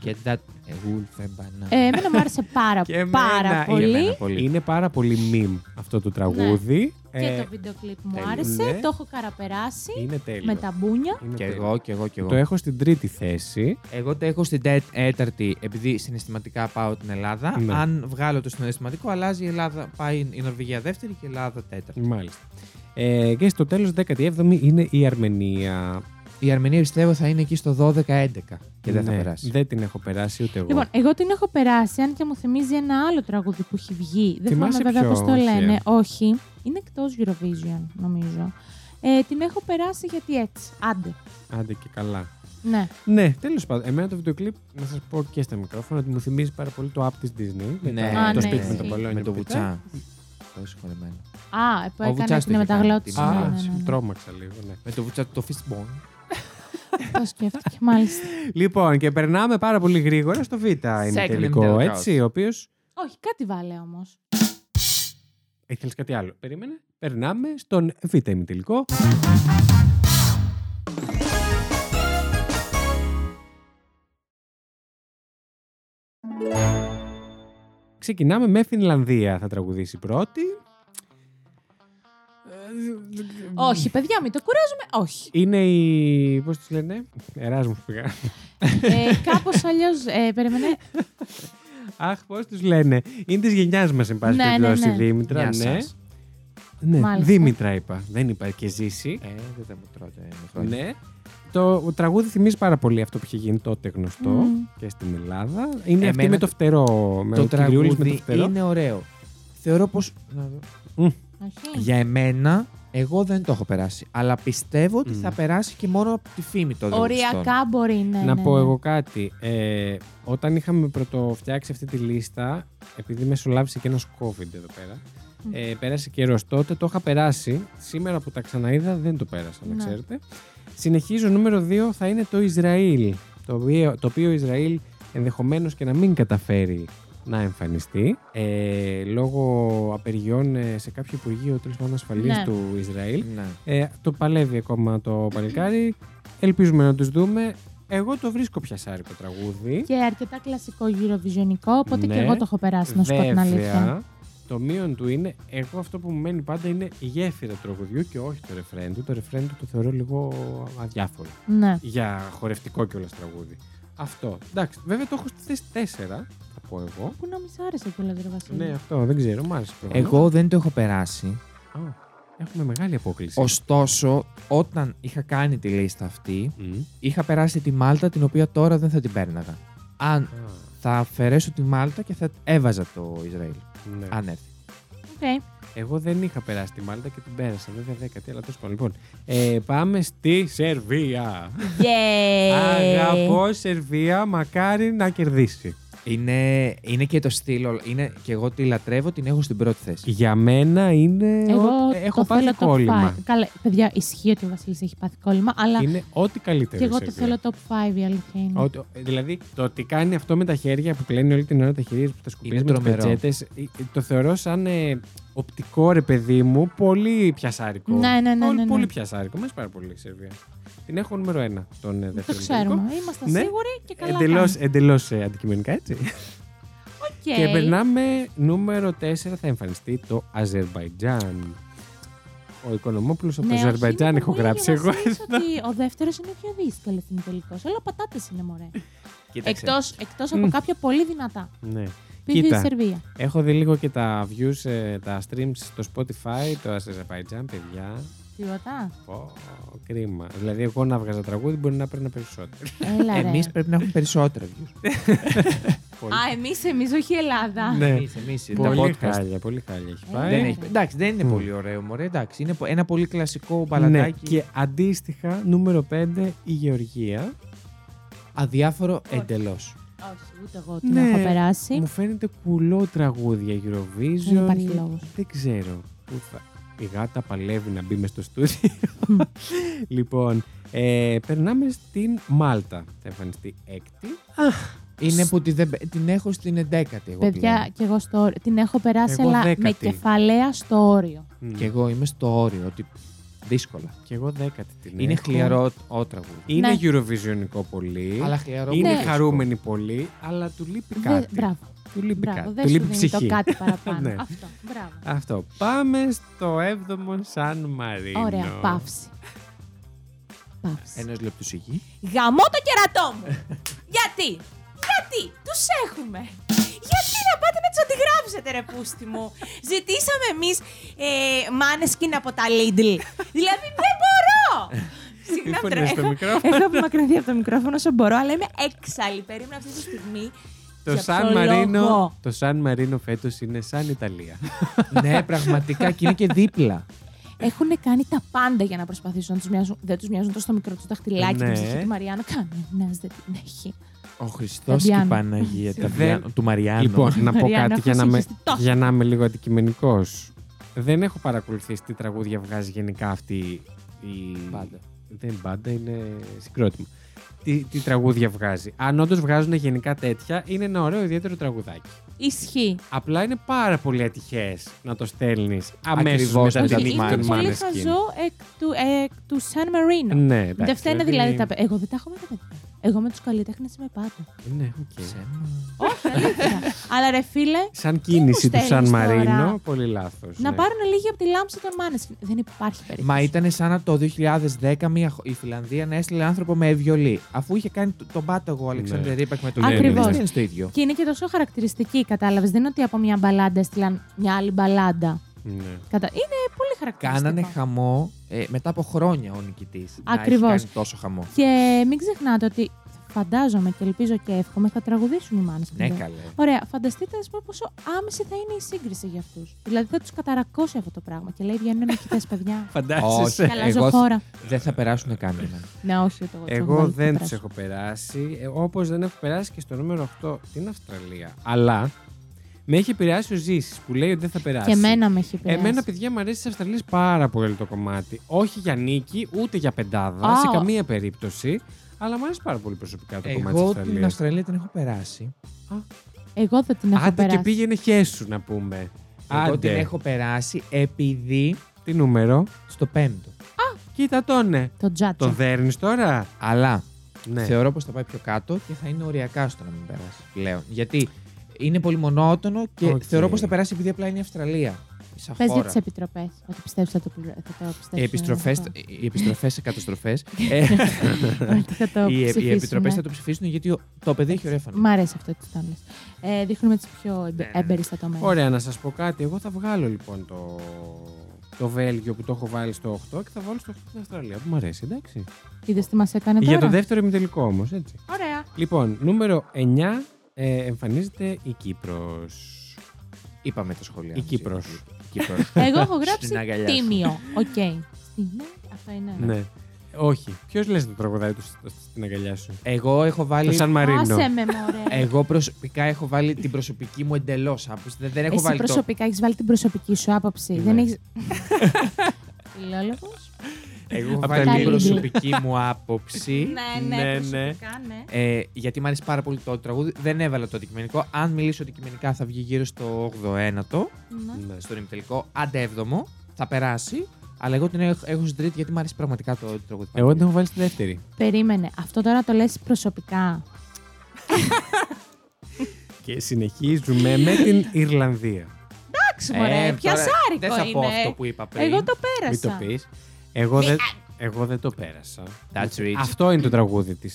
Speaker 3: και that a wolf and banana.
Speaker 2: Ε, εμένα μου άρεσε πάρα,
Speaker 1: Και εμένα,
Speaker 2: πάρα
Speaker 1: είναι
Speaker 2: πολύ.
Speaker 3: εμένα [LAUGHS] πολύ.
Speaker 1: είναι πάρα πολύ meme αυτό το τραγούδι.
Speaker 2: Ναι. Και
Speaker 1: Ε,
Speaker 2: το βίντεο κλιπ μου
Speaker 3: τέλειος.
Speaker 2: άρεσε.
Speaker 1: Ναι.
Speaker 2: Το έχω καραπεράσει
Speaker 1: Είναι τέλειος.
Speaker 2: με τα μπούνια.
Speaker 1: Είναι
Speaker 3: Και
Speaker 1: τέλειος.
Speaker 3: εγώ, και εγώ, και εγώ.
Speaker 1: Το έχω στην τρίτη θέση.
Speaker 3: Εγώ το έχω στην τέ- τέταρτη, επειδή συναισθηματικά πάω την Ελλάδα.
Speaker 1: Ναι.
Speaker 3: Αν βγάλω το συναισθηματικό, αλλάζει η Ελλάδα, πάει η Νορβηγία δεύτερη και η Ελλάδα τέταρτη.
Speaker 1: Μάλιστα. Ε, και στο τέλος 17η είναι η Αρμενία.
Speaker 3: Η Αρμενία πιστεύω θα είναι εκεί στο 12-11 και δεν
Speaker 1: Ναι,
Speaker 3: θα περάσει.
Speaker 1: Δεν την έχω περάσει ούτε εγώ.
Speaker 2: Λοιπόν, εγώ την έχω περάσει, αν και μου θυμίζει ένα άλλο τραγούδι που έχει βγει. Δεν
Speaker 1: Θυμάσαι
Speaker 2: θυμάμαι βέβαια
Speaker 1: ποιο,
Speaker 2: πώς το
Speaker 1: όχι, ε?
Speaker 2: λένε. Όχι. Είναι εκτός Eurovision, νομίζω. Ε, την έχω περάσει γιατί έτσι. Άντε.
Speaker 1: Άντε και καλά.
Speaker 2: Ναι.
Speaker 1: Ναι, τέλος πάντων. Εμένα το βίντεο κλιπ, να σας πω και στα μικρόφωνα, ότι μου θυμίζει πάρα πολύ το app της Disney. με
Speaker 3: Ναι,
Speaker 1: τα-
Speaker 2: Α, ναι,
Speaker 1: το σπίτι με τον
Speaker 2: ισχύει.
Speaker 1: Πολόνιο.
Speaker 3: με το
Speaker 1: που ήταν.
Speaker 3: βουτσά. Το συγχωρεμένο.
Speaker 2: Α, που
Speaker 3: Ο
Speaker 2: έκανε
Speaker 3: Βουτσάς
Speaker 2: την
Speaker 3: το είχε κάνει,
Speaker 2: μεταγλώτηση.
Speaker 3: την
Speaker 2: Ναι,
Speaker 1: Α,
Speaker 2: ναι, ναι, ναι.
Speaker 1: τρόμαξα λίγο. Ναι.
Speaker 3: Με το βουτσάς του το fist bone.
Speaker 2: Το σκέφτηκε, μάλιστα.
Speaker 1: Λοιπόν, και περνάμε πάρα πολύ γρήγορα στο Β
Speaker 3: Second
Speaker 1: είναι τελικό,
Speaker 3: knockout.
Speaker 1: έτσι, ο οποίος.
Speaker 2: Όχι, κάτι βάλε όμως.
Speaker 1: Έχει Ε, κάτι άλλο. Περίμενε. Περνάμε στον Β ημιτελικό. Ξεκινάμε με Φινλανδία. Θα τραγουδήσει πρώτη.
Speaker 2: Όχι, παιδιά, μην το κουράζουμε. Όχι.
Speaker 1: Είναι η. Πώς τη λένε, Εράσμους πήγα.
Speaker 2: ε, Κάπως αλλιώς. Ε, περίμενε.
Speaker 1: Αχ, πώς του λένε. Είναι της γενιάς μας, εν πάση
Speaker 2: Ναι, ναι,
Speaker 1: περιπτώσει,
Speaker 2: ναι.
Speaker 1: η Δήμητρα.
Speaker 3: Γεια
Speaker 1: ναι.
Speaker 3: σας.
Speaker 1: ναι.
Speaker 2: Μάλιστα.
Speaker 1: Δήμητρα είπα. Δεν είπα και ζήσει.
Speaker 3: Ε, δεν θα μου τρώτε. με χρόνια.
Speaker 1: ναι. Το τραγούδι θυμίζει πάρα πολύ αυτό που είχε γίνει τότε γνωστό
Speaker 2: Μμμ.
Speaker 1: και στην Ελλάδα. Είναι αυτή
Speaker 3: Εμένα
Speaker 1: με το φτερό. Με
Speaker 3: Το
Speaker 1: ο κυριούλης με το
Speaker 3: τραγούδι
Speaker 1: φτερό.
Speaker 3: είναι ωραίο. Θεωρώ πως... να δω.
Speaker 2: Όχι.
Speaker 3: Για εμένα, εγώ δεν το έχω περάσει. Αλλά πιστεύω ότι
Speaker 1: Μμ.
Speaker 3: θα περάσει και μόνο από τη φήμη των τραγουδιστών.
Speaker 2: Οριακά μπορεί ναι,
Speaker 1: Να
Speaker 2: ναι,
Speaker 1: πω
Speaker 2: ναι.
Speaker 1: εγώ κάτι. Ε, όταν είχαμε πρωτοφτιάξει αυτή τη λίστα, επειδή μεσολάβησε και ένας COVID εδώ πέρα,
Speaker 2: Μμ.
Speaker 1: ε, πέρασε καιρός τότε, το είχα περάσει. Σήμερα που τα ξαναείδα δεν το πέρασα, να
Speaker 2: Ναι.
Speaker 1: ξέρετε. Συνεχίζω, νούμερο 2 θα είναι το Ισραήλ. Το οποίο, το οποίο Ισραήλ ενδεχομένως και να μην καταφέρει να εμφανιστεί ε, λόγω απεργιών ε, σε κάποιο υπουργείο τέλος πάντων ασφαλείας
Speaker 2: Ναι.
Speaker 1: του Ισραήλ.
Speaker 3: Ναι.
Speaker 1: Ε, το παλεύει ακόμα το παλικάρι. Ελπίζουμε να τους δούμε. Εγώ το βρίσκω πιασάρικο τραγούδι.
Speaker 2: Και αρκετά κλασικό γυροβιζιονικό, οπότε
Speaker 1: Ναι.
Speaker 2: και εγώ το έχω περάσει, να σου πω την αλήθεια.
Speaker 1: το μείον του είναι, εγώ αυτό που μου μένει πάντα είναι η γέφυρα του τραγουδιού και όχι το ρεφρέν του. Το ρεφρέν του το θεωρώ λίγο αδιάφορο.
Speaker 2: Ναι.
Speaker 1: Για χορευτικό κιόλας τραγούδι. Αυτό. Εντάξει, βέβαια το έχω στη θέση 4, θα πω εγώ.
Speaker 2: Που νόμιζα άρεσε κιόλα, ρε Βασίλη.
Speaker 1: Ναι, αυτό δεν ξέρω, μου άρεσε προφανώς.
Speaker 3: Εγώ δεν το έχω περάσει.
Speaker 1: Α, έχουμε μεγάλη απόκληση.
Speaker 3: Ωστόσο, όταν είχα κάνει τη λίστα αυτή,
Speaker 1: Μμ.
Speaker 3: είχα περάσει τη Μάλτα την οποία τώρα δεν θα την πέρναγα. Αν
Speaker 1: Α,
Speaker 3: θα αφαιρέσω τη Μάλτα και θα έβαζα το Ισραήλ.
Speaker 1: ναι.
Speaker 3: Αν έρθει.
Speaker 2: Οκ.
Speaker 1: Εγώ δεν είχα περάσει τη Μάλτα και την πέρασα. Βέβαια δέκατη, αλλά τόσο πάνω. Λοιπόν, ε, πάμε στη Σερβία.
Speaker 2: Yay.
Speaker 1: Αγαπώ Σερβία, μακάρι να κερδίσει.
Speaker 3: Είναι, είναι και το στυλ, όλο- είναι και εγώ τη λατρεύω, την έχω στην πρώτη θέση.
Speaker 1: Για μένα είναι.
Speaker 2: Εγώ
Speaker 1: ό- έχω
Speaker 2: το
Speaker 1: πάθει
Speaker 2: θέλω top
Speaker 1: κόλλημα.
Speaker 2: five. Καλά, παιδιά, ισχύει ότι ο Βασίλης έχει πάθει κόλλημα, αλλά
Speaker 1: Είναι ό,τι καλύτερο.
Speaker 2: και εγώ
Speaker 1: η
Speaker 2: το θέλω
Speaker 1: Σερβία.
Speaker 2: top 5 η αλήθεια είναι.
Speaker 1: Ό,τι- ε, δηλαδή, το ότι κάνει αυτό με τα χέρια που κλαίνει όλη την ώρα τα χέρια που τα σκουπίζει
Speaker 3: Είναι
Speaker 1: με τις
Speaker 3: τρομερό.
Speaker 1: πετσέτες, ε, το θεωρώ σαν ε, οπτικό ρε παιδί μου, πολύ πιασάρικο.
Speaker 2: Ναι, ναι, ναι, ναι,
Speaker 1: Πολύ-
Speaker 2: ναι.
Speaker 1: Πολύ πιασάρικο. Μ' αρέσει πάρα πολύ η Σερβία. Την έχω νούμερο ένα τον ε, δεύτερο.
Speaker 2: το ξέρουμε. Είμαστε
Speaker 1: Ναι.
Speaker 2: σίγουροι και καλά.
Speaker 1: Εντελώς,
Speaker 2: κάνουμε.
Speaker 1: εντελώς ε, αντικειμενικά έτσι.
Speaker 2: Οκ.
Speaker 1: Και περνάμε νούμερο 4 θα εμφανιστεί το Αζερβαϊτζάν. Ο Οικονομόπουλος από
Speaker 2: Ναι,
Speaker 1: το
Speaker 2: όχι,
Speaker 1: Αζερβαϊτζάν
Speaker 2: είναι
Speaker 1: έχω
Speaker 2: που μου
Speaker 1: γράψει
Speaker 2: έλεγε ο
Speaker 1: εγώ.
Speaker 2: Βασίλης ότι ο δεύτερος είναι πιο δύσκολος στην τελικό. Όλα πατάτες είναι μωρέ.
Speaker 3: Ε, Κοίταξε.
Speaker 2: Εκτός εκτός από
Speaker 1: Μμ.
Speaker 2: κάποια πολύ δυνατά.
Speaker 1: Ναι.
Speaker 2: Πήγε η
Speaker 1: Κοίτα.
Speaker 2: Σερβία.
Speaker 1: Έχω δει λίγο και τα views, ε, τα streams στο Spotify, το Αζερβαϊτζάν, παιδιά.
Speaker 2: Τίποτα.
Speaker 1: [LAUGHS] Πω, κρίμα. Δηλαδή, εγώ να βγάζα τραγούδι μπορεί να παίρνα περισσότερο.
Speaker 2: Έλα, ρε.
Speaker 3: Εμείς πρέπει να έχουμε περισσότερα views.
Speaker 1: Πολύ-
Speaker 2: Α, εμείς, εμείς, όχι η Ελλάδα.
Speaker 1: ναι.
Speaker 3: Ε, Εμείς, εμείς, τα
Speaker 1: Πολύ
Speaker 3: podcast.
Speaker 1: χάλια, πολύ χάλια έχει
Speaker 2: Ε,
Speaker 1: πάει.
Speaker 3: Δεν
Speaker 2: Ναι.
Speaker 3: έχει- Εντάξει, δεν είναι
Speaker 1: Μμ.
Speaker 3: πολύ ωραίο, μωρέ. Εντάξει, είναι πο- ένα πολύ κλασικό μπαλατάκι.
Speaker 1: Ναι, και αντίστοιχα, νούμερο 5, η Γεωργία.
Speaker 3: Αδιάφορο εντελώς.
Speaker 2: Όχι, ούτε εγώ την
Speaker 1: Ναι.
Speaker 2: έχω περάσει.
Speaker 1: Μου φαίνεται κουλό τραγούδια Eurovision.
Speaker 2: Δεν υπάρχει λόγος.
Speaker 1: Δεν ξέρω πού θα. Η γάτα παλεύει να μπει μες στο στούντιο.
Speaker 2: [LAUGHS]
Speaker 1: λοιπόν, ε, περνάμε στην Μάλτα. Θα εμφανιστεί έκτη.
Speaker 3: Είναι που τη δεν- την έχω στην 11η εγώ
Speaker 2: Παιδιά, κι εγώ στο όριο. Την έχω περάσει,
Speaker 1: Εγώ
Speaker 2: αλλά με
Speaker 1: δέκατη.
Speaker 2: κεφαλαία στο όριο.
Speaker 3: πλέον. Και εγώ είμαι στο όριο. Ότι... Δύσκολα.
Speaker 1: Κι εγώ δέκατη την
Speaker 3: Είναι
Speaker 1: έχω.
Speaker 3: χλιαρό ο τραγούδι.
Speaker 1: Είναι
Speaker 2: Ναι.
Speaker 1: Eurovisionικό πολύ.
Speaker 3: Αλλά χλιαρό
Speaker 1: είναι
Speaker 3: πολύ.
Speaker 1: χαρούμενη πολύ, αλλά του λείπει κάτι.
Speaker 2: Δε- μπράβο.
Speaker 1: Του λείπει
Speaker 2: μπράβο.
Speaker 1: κάτι.
Speaker 2: Δεν
Speaker 1: του
Speaker 2: σου
Speaker 1: λείπει
Speaker 2: δίνει το
Speaker 1: ψυχή.
Speaker 2: κάτι παραπάνω.
Speaker 1: Ναι.
Speaker 2: Αυτό. Μπράβο.
Speaker 1: Αυτό. Πάμε στο 7ο Σαν Μαρίνο.
Speaker 2: Ωραία. Παύση. Παύση.
Speaker 3: Ένας λεπτό σιγή.
Speaker 2: Γαμώ το κερατό
Speaker 1: [LAUGHS]
Speaker 2: μου! Γιατί! Γιατί! Τους έχουμε! Γιατί να πάτε να τους αντιγράψετε, ρε πούστη μου!
Speaker 1: [LAUGHS]
Speaker 2: Ζητήσαμε εμείς ε, μάνεσκιν από τα Lidl. δηλαδή δεν μπορώ!
Speaker 1: Οι
Speaker 2: Συγγνώμη,
Speaker 1: φωνές
Speaker 2: τώρα,
Speaker 1: στο
Speaker 2: έχω,
Speaker 1: μικρόφωνο.
Speaker 2: έχω απομακρυνθεί από το μικρόφωνο όσο μπορώ, αλλά είμαι έξαλλη. Περίμενα αυτή τη στιγμή.
Speaker 1: Το
Speaker 2: για
Speaker 1: Σαν
Speaker 2: ποιο
Speaker 1: Μαρίνο,
Speaker 2: λόγο.
Speaker 1: το Σαν Μαρίνο φέτος είναι σαν Ιταλία.
Speaker 3: ναι, πραγματικά και είναι και δίπλα.
Speaker 2: Έχουν κάνει τα πάντα για να προσπαθήσουν να τους μοιάζουν. Δεν τους μοιάζουν τόσο το μικρό του δαχτυλάκι,
Speaker 1: Ναι.
Speaker 2: την ψυχή του Μαριάνου. Κανένας δεν την έχει.
Speaker 3: Ο Χριστός και η
Speaker 2: Φαβιάνο.
Speaker 3: Παναγία τα
Speaker 1: Δεν-
Speaker 3: Φαβιάνο- του Μαριάνου.
Speaker 1: Λοιπόν, να πω
Speaker 2: Μαριάννα,
Speaker 1: κάτι για να,
Speaker 2: έχω
Speaker 1: με,
Speaker 2: συγχυστεί τόσο.
Speaker 1: για να είμαι λίγο αντικειμενικός. Δεν έχω παρακολουθήσει τι τραγούδια βγάζει γενικά αυτή η.
Speaker 3: Μπάντα.
Speaker 1: Δεν είναι μπάντα, είναι συγκρότημα. Τι, τι τραγούδια βγάζει. Αν όντως βγάζουν γενικά τέτοια, είναι ένα ωραίο ιδιαίτερο τραγουδάκι.
Speaker 2: Ισχύει.
Speaker 1: Απλά είναι πάρα πολύ ατυχές να το στέλνεις αμέσω
Speaker 3: Ακριβώς
Speaker 1: μετά
Speaker 3: μετά
Speaker 1: την
Speaker 3: τη
Speaker 2: Όχι,
Speaker 1: νύχτα
Speaker 2: είναι
Speaker 3: Μάνα.
Speaker 1: των
Speaker 2: πολύ
Speaker 1: Måneskin.
Speaker 2: χαζό εκ του, ε, εκ του Σαν Μαρίνο.
Speaker 1: Ναι, εντάξει,
Speaker 2: δεν φταίνε
Speaker 1: δηλαδή-
Speaker 2: δηλαδή τα παιδιά. Εγώ δεν τα έχω με τα παιδιά. Εγώ με τους καλλιτέχνες είμαι πάντα.
Speaker 1: Ναι, οκ.
Speaker 3: Ψέμα.
Speaker 2: Όχι, αλήθεια. Αλλά ρε φίλε,
Speaker 1: Σαν κίνηση του
Speaker 2: στέλνεις
Speaker 1: Σαν
Speaker 2: τώρα?
Speaker 1: Μαρίνο, πολύ ναι. λάθος.
Speaker 2: να πάρουν λίγη από τη λάμψη των Μάνεσκιν. Δεν υπάρχει περίπτωση.
Speaker 3: Μα ήταν σαν να το 2010 μια, χο- η Φιλανδία να έστειλε άνθρωπο με βιολί. Αφού είχε κάνει το- τον πάταγο Αλεξάνδρου
Speaker 1: Ναι.
Speaker 3: Ρίπακ με τον
Speaker 2: Ναι,
Speaker 3: Λένιν.
Speaker 2: Ακριβώς.
Speaker 3: Δεν είναι το ίδιο.
Speaker 2: Και είναι και τόσο χαρακτηριστική, κατάλαβες. Δεν είναι ότι από μια μπαλάντα έστειλαν μια άλλη μπαλάντα.
Speaker 1: Ναι.
Speaker 2: Κατα... Είναι πολύ χαρακτηριστικό.
Speaker 3: Κάνανε χαμό ε, μετά από χρόνια ο νικητής.
Speaker 2: Ακριβώς.
Speaker 3: Να έχει κάνει τόσο χαμό.
Speaker 2: Και μην ξεχνάτε ότι φαντάζομαι και ελπίζω και εύχομαι θα τραγουδήσουν οι μάνες.
Speaker 3: Ναι, καλέ.
Speaker 2: Ωραία, φανταστείτε ας πούμε, πόσο άμεση θα είναι η σύγκριση για αυτούς. Δηλαδή θα τους καταρακώσει αυτό το πράγμα. Και λέει βγαίνουν νικητές, παιδιά.
Speaker 1: Φαντάζεσαι.
Speaker 2: Καλά,
Speaker 3: Ε, εγώ
Speaker 2: ζω χώρα.
Speaker 3: Δεν θα περάσουν κανένα.
Speaker 2: Ναι, όχι, το
Speaker 1: Εγώ δεν τι έχω περάσει. Ε, Όπως δεν έχω περάσει και στο νούμερο 8 την Αυστραλία. Αλλά με έχει επηρεάσει ο Ζήσης που λέει ότι δεν θα περάσει.
Speaker 2: Και εμένα με έχει περάσει.
Speaker 1: Εμένα, παιδιά, μου αρέσει τη Αυστραλία πάρα πολύ το κομμάτι. Όχι για νίκη, ούτε για πεντάδα,
Speaker 2: Α,
Speaker 1: σε
Speaker 2: ο-
Speaker 1: καμία περίπτωση. Αλλά μου αρέσει πάρα πολύ προσωπικά το κομμάτι τη
Speaker 3: Εγώ την
Speaker 1: Αυστραλίας.
Speaker 3: Αυστραλία την έχω περάσει.
Speaker 2: Εγώ δεν την έχω
Speaker 1: Άντε
Speaker 2: περάσει.
Speaker 1: και πήγαινε χέσου, να πούμε.
Speaker 3: Εγώ την
Speaker 1: Άντε.
Speaker 3: έχω περάσει επειδή
Speaker 1: Τι νούμερο.
Speaker 3: στο πέμπτο.
Speaker 1: Κοίτα τον, ναι.
Speaker 2: Το τζάτσο.
Speaker 1: Τον δέρνεις τώρα.
Speaker 3: Αλλά
Speaker 1: Ναι.
Speaker 3: θεωρώ πως θα πάει πιο κάτω και θα είναι οριακά στο να μην περάσει πλέον. Γιατί είναι πολύ μονότονο και
Speaker 1: Οκ.
Speaker 3: θεωρώ πως θα περάσει επειδή απλά είναι η Αυστραλία. Σαν
Speaker 2: Πες για
Speaker 3: χώρα.
Speaker 2: τις επιτροπές. Ότι πιστεύεις θα το, πληρω- θα το πιστέψουν
Speaker 3: Οι επιστροφές,
Speaker 2: αυτό.
Speaker 3: οι επιστροφές σε καταστροφές,
Speaker 2: [LAUGHS]
Speaker 3: ε, [LAUGHS]
Speaker 2: Ότι θα το [LAUGHS]
Speaker 3: οι, ε- οι
Speaker 2: ψηφίσουν,
Speaker 3: επιτροπές
Speaker 2: ναι.
Speaker 3: θα το ψηφίσουν γιατί ο- το παιδί έχει ωραίο φωνή.
Speaker 2: Μ' αρέσει αυτό τη τάμι. Ε, δείχνουμε τις πιο
Speaker 3: ναι, ναι.
Speaker 2: εμπεριστατωμένες.
Speaker 1: Ωραία, να σας πω κάτι. Εγώ θα βγάλω λοιπόν το, το Βέλγιο που το έχω βάλει στο 8 και θα βάλω στο 8 την Αυστραλία. Που μου αρέσει, εντάξει.
Speaker 2: Είδες τι μας έκανε τώρα.
Speaker 1: Για το δεύτερο ημιτελικό όμως, έτσι.
Speaker 2: Ωραία.
Speaker 1: Λοιπόν, νούμερο 9 ε, εμφανίζεται η Κύπρος.
Speaker 3: Είπαμε τα σχολεία.
Speaker 1: Η
Speaker 3: μας,
Speaker 1: Κύπρος.
Speaker 3: είπαμε. Η Κύπρος.
Speaker 2: Εγώ έχω γράψει
Speaker 3: [LAUGHS] Στην αγκαλιά σου.
Speaker 2: τίμιο. Οκ. Στην- ναι, Αυτό είναι. ένα.
Speaker 1: Ναι. Όχι. Ποιος λες το τραγουδάει του στο- στην αγκαλιά σου.
Speaker 3: Εγώ έχω
Speaker 1: Το
Speaker 3: βάλει...
Speaker 1: Σαν Μαρίνο. Ε,
Speaker 2: Άσε με, μωρέ.
Speaker 3: Εγώ προσωπικά έχω βάλει την προσωπική μου εντελώς άποψη. Δεν, δεν έχω
Speaker 2: Εσύ
Speaker 3: βάλει
Speaker 2: προσωπικά έχεις βάλει την προσωπική σου άποψη.
Speaker 1: Ναι.
Speaker 2: Δεν
Speaker 1: [LAUGHS]
Speaker 2: έχεις. Φιλόλογος.
Speaker 3: το. Εγώ έχω
Speaker 1: Απ' τα
Speaker 3: βάλει την
Speaker 2: λίγα.
Speaker 3: προσωπική μου
Speaker 2: [LAUGHS]
Speaker 3: άποψη.
Speaker 1: ναι, Ναι, ναι. προσωπικά,
Speaker 2: ναι.
Speaker 3: Ε, γιατί μου αρέσει πάρα πολύ το τραγούδι. Δεν έβαλα το αντικειμενικό. Αν μιλήσω αντικειμενικά, θα βγει γύρω στο ε, 8ο.
Speaker 1: Ναι.
Speaker 3: στον ημιτελικό, άντε 7ο, θα περάσει. Αλλά εγώ την έχω, έχω στην τρίτη γιατί μου αρέσει πραγματικά το τραγούδι.
Speaker 1: Εγώ την έχω βάλει στη δεύτερη.
Speaker 2: Περίμενε. Αυτό τώρα το λες προσωπικά.
Speaker 1: Και συνεχίζουμε με την Ιρλανδία.
Speaker 2: Εντάξει,
Speaker 1: Ε,
Speaker 2: μωρέ.
Speaker 3: Ε, Δεν
Speaker 2: Πιασάρικο
Speaker 3: θα πω αυτό
Speaker 2: είναι.
Speaker 3: που είπα πριν.
Speaker 2: Εγώ το
Speaker 1: Μην το
Speaker 2: πέρασα.
Speaker 1: πεις. Εγώ,
Speaker 2: Ναι,
Speaker 1: δεν- εγώ δεν το πέρασα.
Speaker 3: That's rich.
Speaker 1: Αυτό είναι το τραγούδι της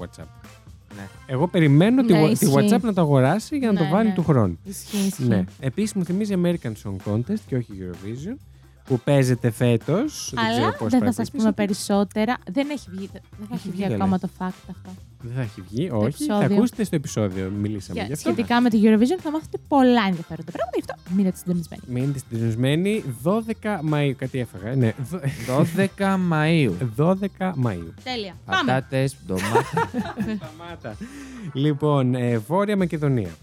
Speaker 1: WhatsApp.
Speaker 3: Ναι.
Speaker 1: Εγώ περιμένω τη,
Speaker 2: Ναι,
Speaker 1: τη
Speaker 2: ισχύει.
Speaker 1: WhatsApp να το αγοράσει για να
Speaker 2: Ναι,
Speaker 1: το βάλει
Speaker 2: ναι.
Speaker 1: του χρόνου.
Speaker 2: Ισχύει, ισχύει.
Speaker 1: Ναι. Επίσης μου θυμίζει American Song Contest και όχι Eurovision που παίζεται φέτος. δεν ξέρω
Speaker 2: Αλλά
Speaker 1: πώς
Speaker 2: δεν θα
Speaker 1: παρακολουθείς.
Speaker 2: σα πούμε περισσότερα. Δεν έχει βγει, δεν θα έχει βγει
Speaker 3: βγει,
Speaker 2: ακόμα
Speaker 3: λέει.
Speaker 2: το fact αυτό.
Speaker 1: Δεν θα έχει βγει, όχι. Θα
Speaker 2: επεισόδιο.
Speaker 1: ακούσετε στο επεισόδιο. Μιλήσαμε γι'
Speaker 2: Και
Speaker 1: αυτό.
Speaker 2: σχετικά με το Eurovision θα μάθετε πολλά ενδιαφέροντα πράγματα. Γι' αυτό μείνετε συντονισμένοι.
Speaker 1: Μείνετε συντονισμένοι 12 Μαΐου. Κάτι έφαγα. Ναι, [LAUGHS] δο-
Speaker 3: 12 Μαου.
Speaker 1: 12 Μαΐου.
Speaker 2: Τέλεια. Πάμε.
Speaker 3: Πατάτε, ντομάτα.
Speaker 2: Ε.
Speaker 1: Σταμάτα. Λοιπόν, ε, Βόρεια Μακεδονία. [LAUGHS]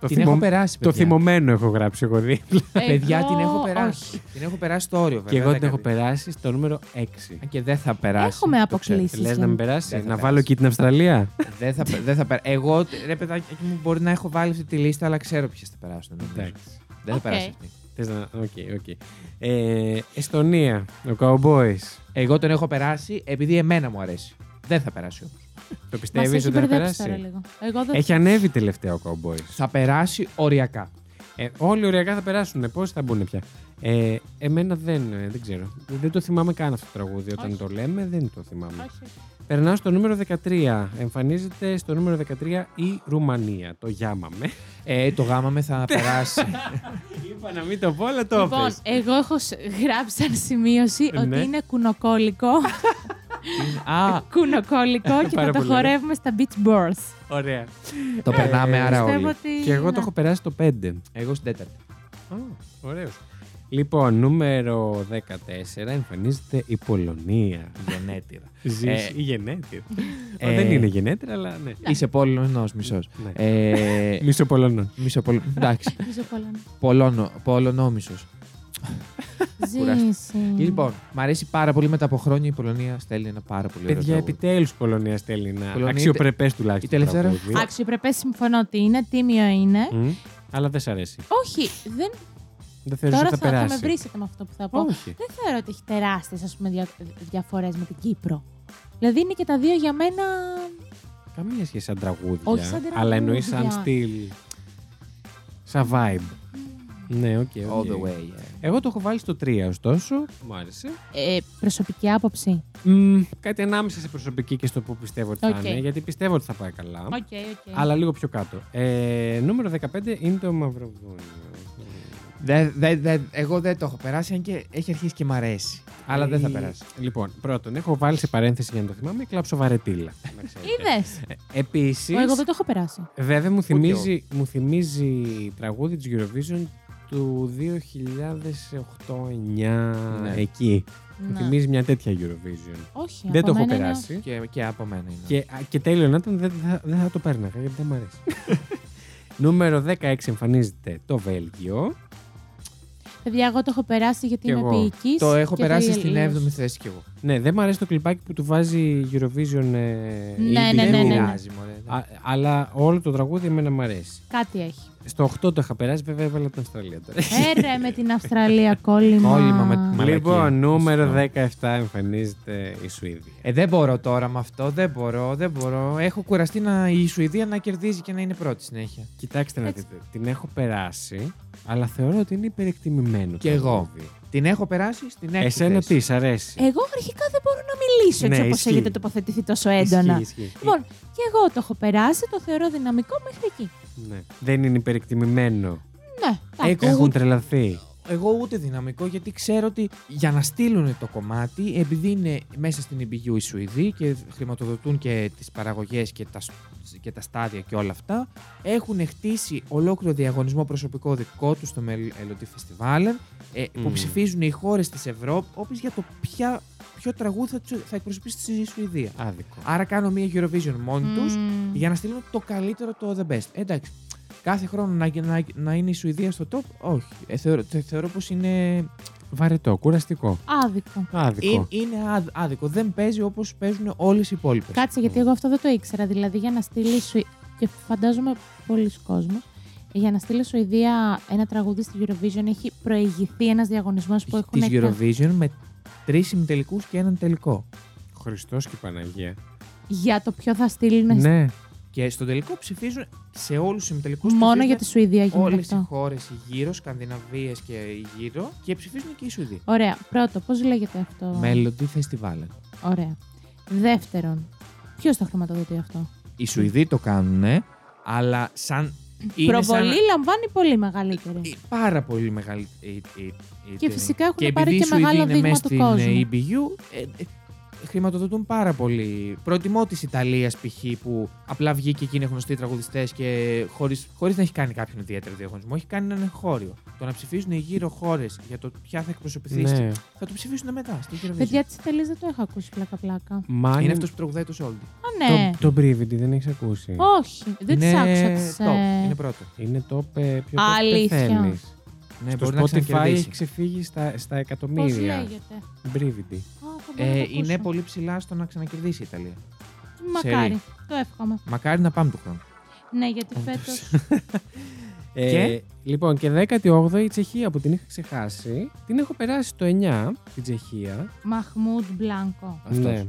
Speaker 1: Το,
Speaker 3: την έχω περάσει.
Speaker 1: το
Speaker 3: παιδιά.
Speaker 1: θυμωμένο έχω γράψει εγώ δίπλα.
Speaker 3: Παιδιά,
Speaker 2: Εγώ-
Speaker 3: την έχω περάσει.
Speaker 2: όχι.
Speaker 3: Την έχω περάσει στο όριο, βέβαια.
Speaker 1: Και εγώ την έχω
Speaker 3: δέκατη.
Speaker 1: περάσει στο νούμερο 6.
Speaker 3: Α, Και δεν θα περάσει.
Speaker 2: Έχουμε
Speaker 3: το ξέρω.
Speaker 2: αποκλείσει.
Speaker 1: Λες να με περάσει,
Speaker 3: Δεν θα
Speaker 1: να
Speaker 3: περάσει.
Speaker 1: βάλω και την Αυστραλία.
Speaker 3: Δεν θα, δεν θα περάσει. Εγώ, ρε παιδάκι μου, μπορεί να έχω βάλει αυτή τη λίστα, αλλά ξέρω ποιες θα περάσουν. νομίζω.
Speaker 1: [LAUGHS] Εντάξει.
Speaker 3: Δεν θα
Speaker 2: Οκ.
Speaker 3: περάσει αυτή.
Speaker 1: Θες να. Οκ, οκ. Ε, Εστονία, ο Cowboys.
Speaker 3: Εγώ τον έχω περάσει επειδή εμένα μου αρέσει. Δεν θα περάσει όμως.
Speaker 1: Το
Speaker 2: Μα
Speaker 1: πιστεύει
Speaker 2: έχει
Speaker 1: ότι θα
Speaker 2: μπερδέψεις τώρα
Speaker 1: περάσει.
Speaker 2: λίγο. Εγώ δεν.
Speaker 1: Έχει ανέβει τελευταία ο Cowboys.
Speaker 3: Θα περάσει οριακά.
Speaker 1: Ε, όλοι ωριακά θα περάσουν. Πόσοι θα μπουν πια. Ε, εμένα δεν, ε, δεν ξέρω. Δεν το θυμάμαι καν αυτό το τραγούδι. Όταν
Speaker 2: Όχι.
Speaker 1: το λέμε, δεν το θυμάμαι.
Speaker 2: Όχι.
Speaker 1: Περνάω στο νούμερο 13. Εμφανίζεται στο νούμερο 13 η Ρουμανία. Το γιάμαμε.
Speaker 3: Ε, το γάμα με
Speaker 2: [LAUGHS]
Speaker 3: θα περάσει.
Speaker 1: Είπα να μην το πω, αλλά το
Speaker 2: Λοιπόν,
Speaker 1: έπες.
Speaker 2: εγώ έχω σ- γράψει σαν σημείωση ότι
Speaker 1: Ναι.
Speaker 2: είναι κουνοκόλικο.
Speaker 3: Τι- Α,
Speaker 2: κουνοκόλικο και
Speaker 1: Πάρα
Speaker 2: θα το
Speaker 1: πολύ ωραία.
Speaker 2: χορεύουμε στα Beach Balls.
Speaker 1: Ωραία.
Speaker 3: το περνάμε
Speaker 1: Ε,
Speaker 3: άρα όλοι.
Speaker 2: ότι...
Speaker 1: Και εγώ
Speaker 2: ναι.
Speaker 1: το έχω περάσει το 5.
Speaker 3: Εγώ στην τέταρτη.
Speaker 1: Ωραίος. Λοιπόν, νούμερο 14 εμφανίζεται η Πολωνία.
Speaker 3: Γενέτειρα.
Speaker 1: Ζεις
Speaker 3: Ε,
Speaker 1: η γενέτειρα.
Speaker 3: ε,
Speaker 1: Δεν είναι γενέτειρα, αλλά ναι.
Speaker 3: Είσαι πόλωνο μισός.
Speaker 1: Ναι.
Speaker 3: Ε,
Speaker 1: Μισοπολωνών.
Speaker 3: Μισοπολ... Εντάξει.
Speaker 2: Μισοπολωνία.
Speaker 3: Πολώνο, πολωνόμισο. Κουράστηκα.
Speaker 2: Ζήσει.
Speaker 3: Λοιπόν, μ' αρέσει πάρα πολύ μετά από χρόνια η Πολωνία στέλνει ένα πάρα πολύ ωραίο.
Speaker 1: Παιδιά,
Speaker 3: τραγούδι.
Speaker 1: επιτέλους Πολωνία στέλνει ένα
Speaker 3: Πολωνία,
Speaker 1: αξιοπρεπές τουλάχιστον.
Speaker 3: η τελευταία-
Speaker 1: τραγούδι.
Speaker 2: Αξιοπρεπές συμφωνώ ότι είναι, τίμιο είναι.
Speaker 1: Μμ, Αλλά δεν σ' αρέσει.
Speaker 2: Όχι, δεν,
Speaker 1: Δεν θεωρείς
Speaker 2: τώρα
Speaker 1: ότι
Speaker 2: θα,
Speaker 1: θα
Speaker 2: θα με
Speaker 1: περάσει.
Speaker 2: βρίσετε με αυτό που θα πω.
Speaker 1: Όχι.
Speaker 2: Δεν θεωρώ ότι έχει τεράστιες διαφορές με την Κύπρο. Δηλαδή είναι και τα δύο για μένα.
Speaker 1: Καμία σχέση σαν τραγούδια.
Speaker 2: Όχι σαν τραγούδια.
Speaker 1: Αλλά εννοείς σαν στυλ. Σαν vibe. Ναι, οκ. οκ.
Speaker 3: All the way. ε. yeah.
Speaker 1: Εγώ το έχω βάλει στο 3, ωστόσο. Μου άρεσε.
Speaker 2: Ε, προσωπική άποψη.
Speaker 1: Μμ, κάτι ανάμεσα σε προσωπική και στο που πιστεύω ότι θα
Speaker 2: Οκ.
Speaker 1: είναι. Γιατί πιστεύω ότι θα πάει καλά.
Speaker 2: Οκ, οκ.
Speaker 1: Αλλά λίγο πιο κάτω. Ε, νούμερο 15 είναι το Μαυροβούνιο.
Speaker 3: Δε- δε- δε- εγώ δεν το έχω περάσει, αν και έχει αρχίσει και μ' αρέσει. Αλλά δεν θα
Speaker 1: Ε,
Speaker 3: περάσει.
Speaker 1: Λοιπόν, πρώτον, έχω βάλει σε παρένθεση για να το θυμάμαι κλάψω βαρετήλα.
Speaker 2: Είδε.
Speaker 1: Επίση,
Speaker 2: Εγώ δεν το έχω περάσει.
Speaker 1: βέβαια μου θυμίζει, μου θυμίζει τραγούδι της Eurovision του 2008-2009
Speaker 3: Ναι.
Speaker 1: εκεί. Μου
Speaker 2: Ναι.
Speaker 1: θυμίζει μια τέτοια Eurovision.
Speaker 2: Όχι,
Speaker 1: δεν
Speaker 2: από
Speaker 1: το έχω
Speaker 2: μένα είναι-
Speaker 1: περάσει.
Speaker 3: Και, και από μένα είναι.
Speaker 1: Ναι. Και, α, και τέλειο να ήταν, δεν θα, δεν θα το παίρναγα γιατί δεν μου αρέσει. Νούμερο 16 εμφανίζεται το Βέλγιο.
Speaker 2: Παιδιά, εγώ το έχω περάσει γιατί
Speaker 1: Κι
Speaker 2: είμαι
Speaker 1: εγώ.
Speaker 2: ποιητής.
Speaker 3: Το έχω περάσει στην 7η θέση κι εγώ.
Speaker 1: Ναι, δεν μου αρέσει το κλιπάκι που του βάζει Eurovision. Ε, η
Speaker 2: Ναι, ναι, ναι,
Speaker 1: Eurovision.
Speaker 2: ναι,
Speaker 3: Δεν
Speaker 2: ναι.
Speaker 3: πειράζει, μωρέ.
Speaker 1: Α, αλλά όλο το τραγούδι εμένα μου αρέσει.
Speaker 2: Κάτι έχει.
Speaker 1: Στο 8 το είχα περάσει, βέβαια έβαλα την Αυστραλία τώρα.
Speaker 2: Έρε με την Αυστραλία κόλλημα.
Speaker 3: Κόλλημα με τη- Μαλακία.
Speaker 1: [LAUGHS] Λοιπόν, νούμερο
Speaker 3: Συγγνώμη.
Speaker 1: 17 εμφανίζεται η Σουηδία.
Speaker 3: Ε, δεν μπορώ τώρα με αυτό, δεν μπορώ, δεν μπορώ. Έχω κουραστεί να, η Σουηδία να κερδίζει και να είναι πρώτη συνέχεια.
Speaker 1: Κοιτάξτε να
Speaker 2: Έτσι.
Speaker 1: δείτε, την έχω περάσει, αλλά θεωρώ ότι είναι υπερεκτιμημένο.
Speaker 3: Κι
Speaker 1: το
Speaker 3: εγώ. Ναι.
Speaker 1: τραγούδι.
Speaker 3: Την έχω περάσει στην έκτη
Speaker 1: Εσένα
Speaker 3: θέση.
Speaker 1: τι, σ' αρέσει.
Speaker 2: Εγώ αρχικά δεν μπορώ να μιλήσω έτσι
Speaker 1: Ναι,
Speaker 2: όπως
Speaker 1: ισχύει.
Speaker 2: έχετε τοποθετηθεί τόσο έντονα.
Speaker 1: Ισχύει, ισχύει.
Speaker 2: Λοιπόν, και εγώ το έχω περάσει, το θεωρώ δυναμικό μέχρι εκεί.
Speaker 1: Ναι. Δεν είναι υπερεκτιμημένο.
Speaker 2: Ναι,
Speaker 3: Εγώ-
Speaker 2: εντάξει.
Speaker 1: Έχουν τρελαθεί.
Speaker 3: Εγώ ούτε δυναμικό γιατί ξέρω ότι για να στείλουν το κομμάτι, επειδή είναι μέσα στην EBU οι Σουηδοί και χρηματοδοτούν και τις παραγωγές και τα, σ- και τα στάδια και όλα αυτά, έχουν χτίσει ολόκληρο διαγωνισμό προσωπικό δικό τους στο Melody Festival ε, που
Speaker 1: Μμμ.
Speaker 3: ψηφίζουν οι χώρες της Ευρώπη όπως για το ποια, ποιο τραγούδι θα, τους- θα εκπροσωπήσει στη Σουηδία.
Speaker 1: Άδικο.
Speaker 3: Άρα κάνω μία Eurovision μόνοι τους
Speaker 2: Μμμ.
Speaker 3: για να στείλουν το καλύτερο, το the best. Εντάξει. Κάθε χρόνο να, να, να είναι η Σουηδία στο top, όχι. Ε, θεωρώ θε- θεωρώ πως είναι.
Speaker 1: Βαρετό, κουραστικό.
Speaker 2: Άδικο.
Speaker 1: Άδικο.
Speaker 3: Είναι, είναι άδ- άδικο. Δεν παίζει όπως παίζουν όλες οι υπόλοιπες.
Speaker 2: Κάτσε, γιατί εγώ αυτό δεν το ήξερα. Δηλαδή, για να στείλει. Σου... και φαντάζομαι πολλοί κόσμος, Για να στείλει Σουηδία ένα τραγούδι στη Eurovision έχει προηγηθεί ένας διαγωνισμός που έχουν
Speaker 3: Της
Speaker 2: εκπαιδευτεί.
Speaker 3: Eurovision με τρεις συμμετελικού και έναν τελικό.
Speaker 1: Χριστός και Παναγία.
Speaker 2: για το ποιο θα στείλουν
Speaker 1: Ναι.
Speaker 3: Και στο τελικό ψηφίζουν σε όλους τους συμμετελικούς.
Speaker 2: μόνο για τη Σουηδία γίνεται
Speaker 3: Όλες οι
Speaker 2: αυτό.
Speaker 3: χώρε γύρω, Σκανδιναβίες και γύρω, και ψηφίζουν και οι Σουηδοί.
Speaker 2: Ωραία. Πρώτο, πώς λέγεται αυτό.
Speaker 3: Melody Festival.
Speaker 2: Ωραία. Δεύτερον, ποιος το χρηματοδοτεί αυτό.
Speaker 3: Οι Σουηδοί το κάνουν, αλλά σαν. είναι
Speaker 2: Προβολή
Speaker 3: σαν-
Speaker 2: λαμβάνει πολύ μεγαλύτερη.
Speaker 3: Ε, πάρα πολύ μεγάλη. ε, ε, ε,
Speaker 2: Mm. Και
Speaker 3: ε,
Speaker 2: φυσικά έχουν
Speaker 3: και επειδή
Speaker 2: πάρει
Speaker 3: οι
Speaker 2: και
Speaker 3: Σουηδοί
Speaker 2: μεγάλο
Speaker 3: είναι
Speaker 2: δείγμα
Speaker 3: μέσα
Speaker 2: του
Speaker 3: στην,
Speaker 2: κόσμου.
Speaker 3: ε, EBU, ε, ε, χρηματοδοτούν πάρα πολύ. Προτιμώ της Ιταλίας π.χ. που απλά βγήκε και είναι γνωστοί τραγουδιστές και χωρίς χωρίς να έχει κάνει κάποιον ιδιαίτερο διαγωνισμό, έχει κάνει έναν εγχώριο. Το να ψηφίζουν οι γύρω χώρες για το ποια θα εκπροσωπηθεί,
Speaker 1: ναι.
Speaker 3: θα το ψηφίσουν μετά. Στην Eurovision.
Speaker 2: Παιδιά της Ιταλίας δεν το έχω ακούσει πλάκα-πλάκα. Α,
Speaker 1: Μάνι,
Speaker 3: Είναι αυτός που τραγουδάει το Σόλντι.
Speaker 2: ναι.
Speaker 1: το, το Brividi δεν έχεις ακούσει.
Speaker 2: Όχι, δεν τι άκουσα.
Speaker 3: είναι
Speaker 2: τις, ε,
Speaker 3: top, είναι πρώτο.
Speaker 1: Είναι το πε, πιο
Speaker 2: Αλήθεια.
Speaker 1: Αλήθεια. θέλεις.
Speaker 3: Ναι,
Speaker 1: Στο
Speaker 3: μπορείς να
Speaker 1: Spotify έχει
Speaker 3: ξανακερδίσεις.
Speaker 1: ξεφύγει στα, στα
Speaker 2: Πώς
Speaker 1: εκατομμύρια.
Speaker 2: λέγεται. Α,
Speaker 1: Brividi.
Speaker 2: θα μπορώ να το
Speaker 3: Ε,
Speaker 2: ακούσω.
Speaker 3: είναι πολύ ψηλά στο να ξανακερδίσει η Ιταλία.
Speaker 2: Μακάρι. Το εύχομαι.
Speaker 3: Μακάρι να πάμε του χρόνου.
Speaker 2: Ναι, γιατί
Speaker 1: Όντως.
Speaker 2: φέτος.
Speaker 1: Ε, λοιπόν, και 18η η Τσεχία που την είχα ξεχάσει. Την έχω περάσει το 9 την Τσεχία.
Speaker 2: Μαχμούντ Μπλάνκο.
Speaker 3: Αυτός.
Speaker 1: Ναι.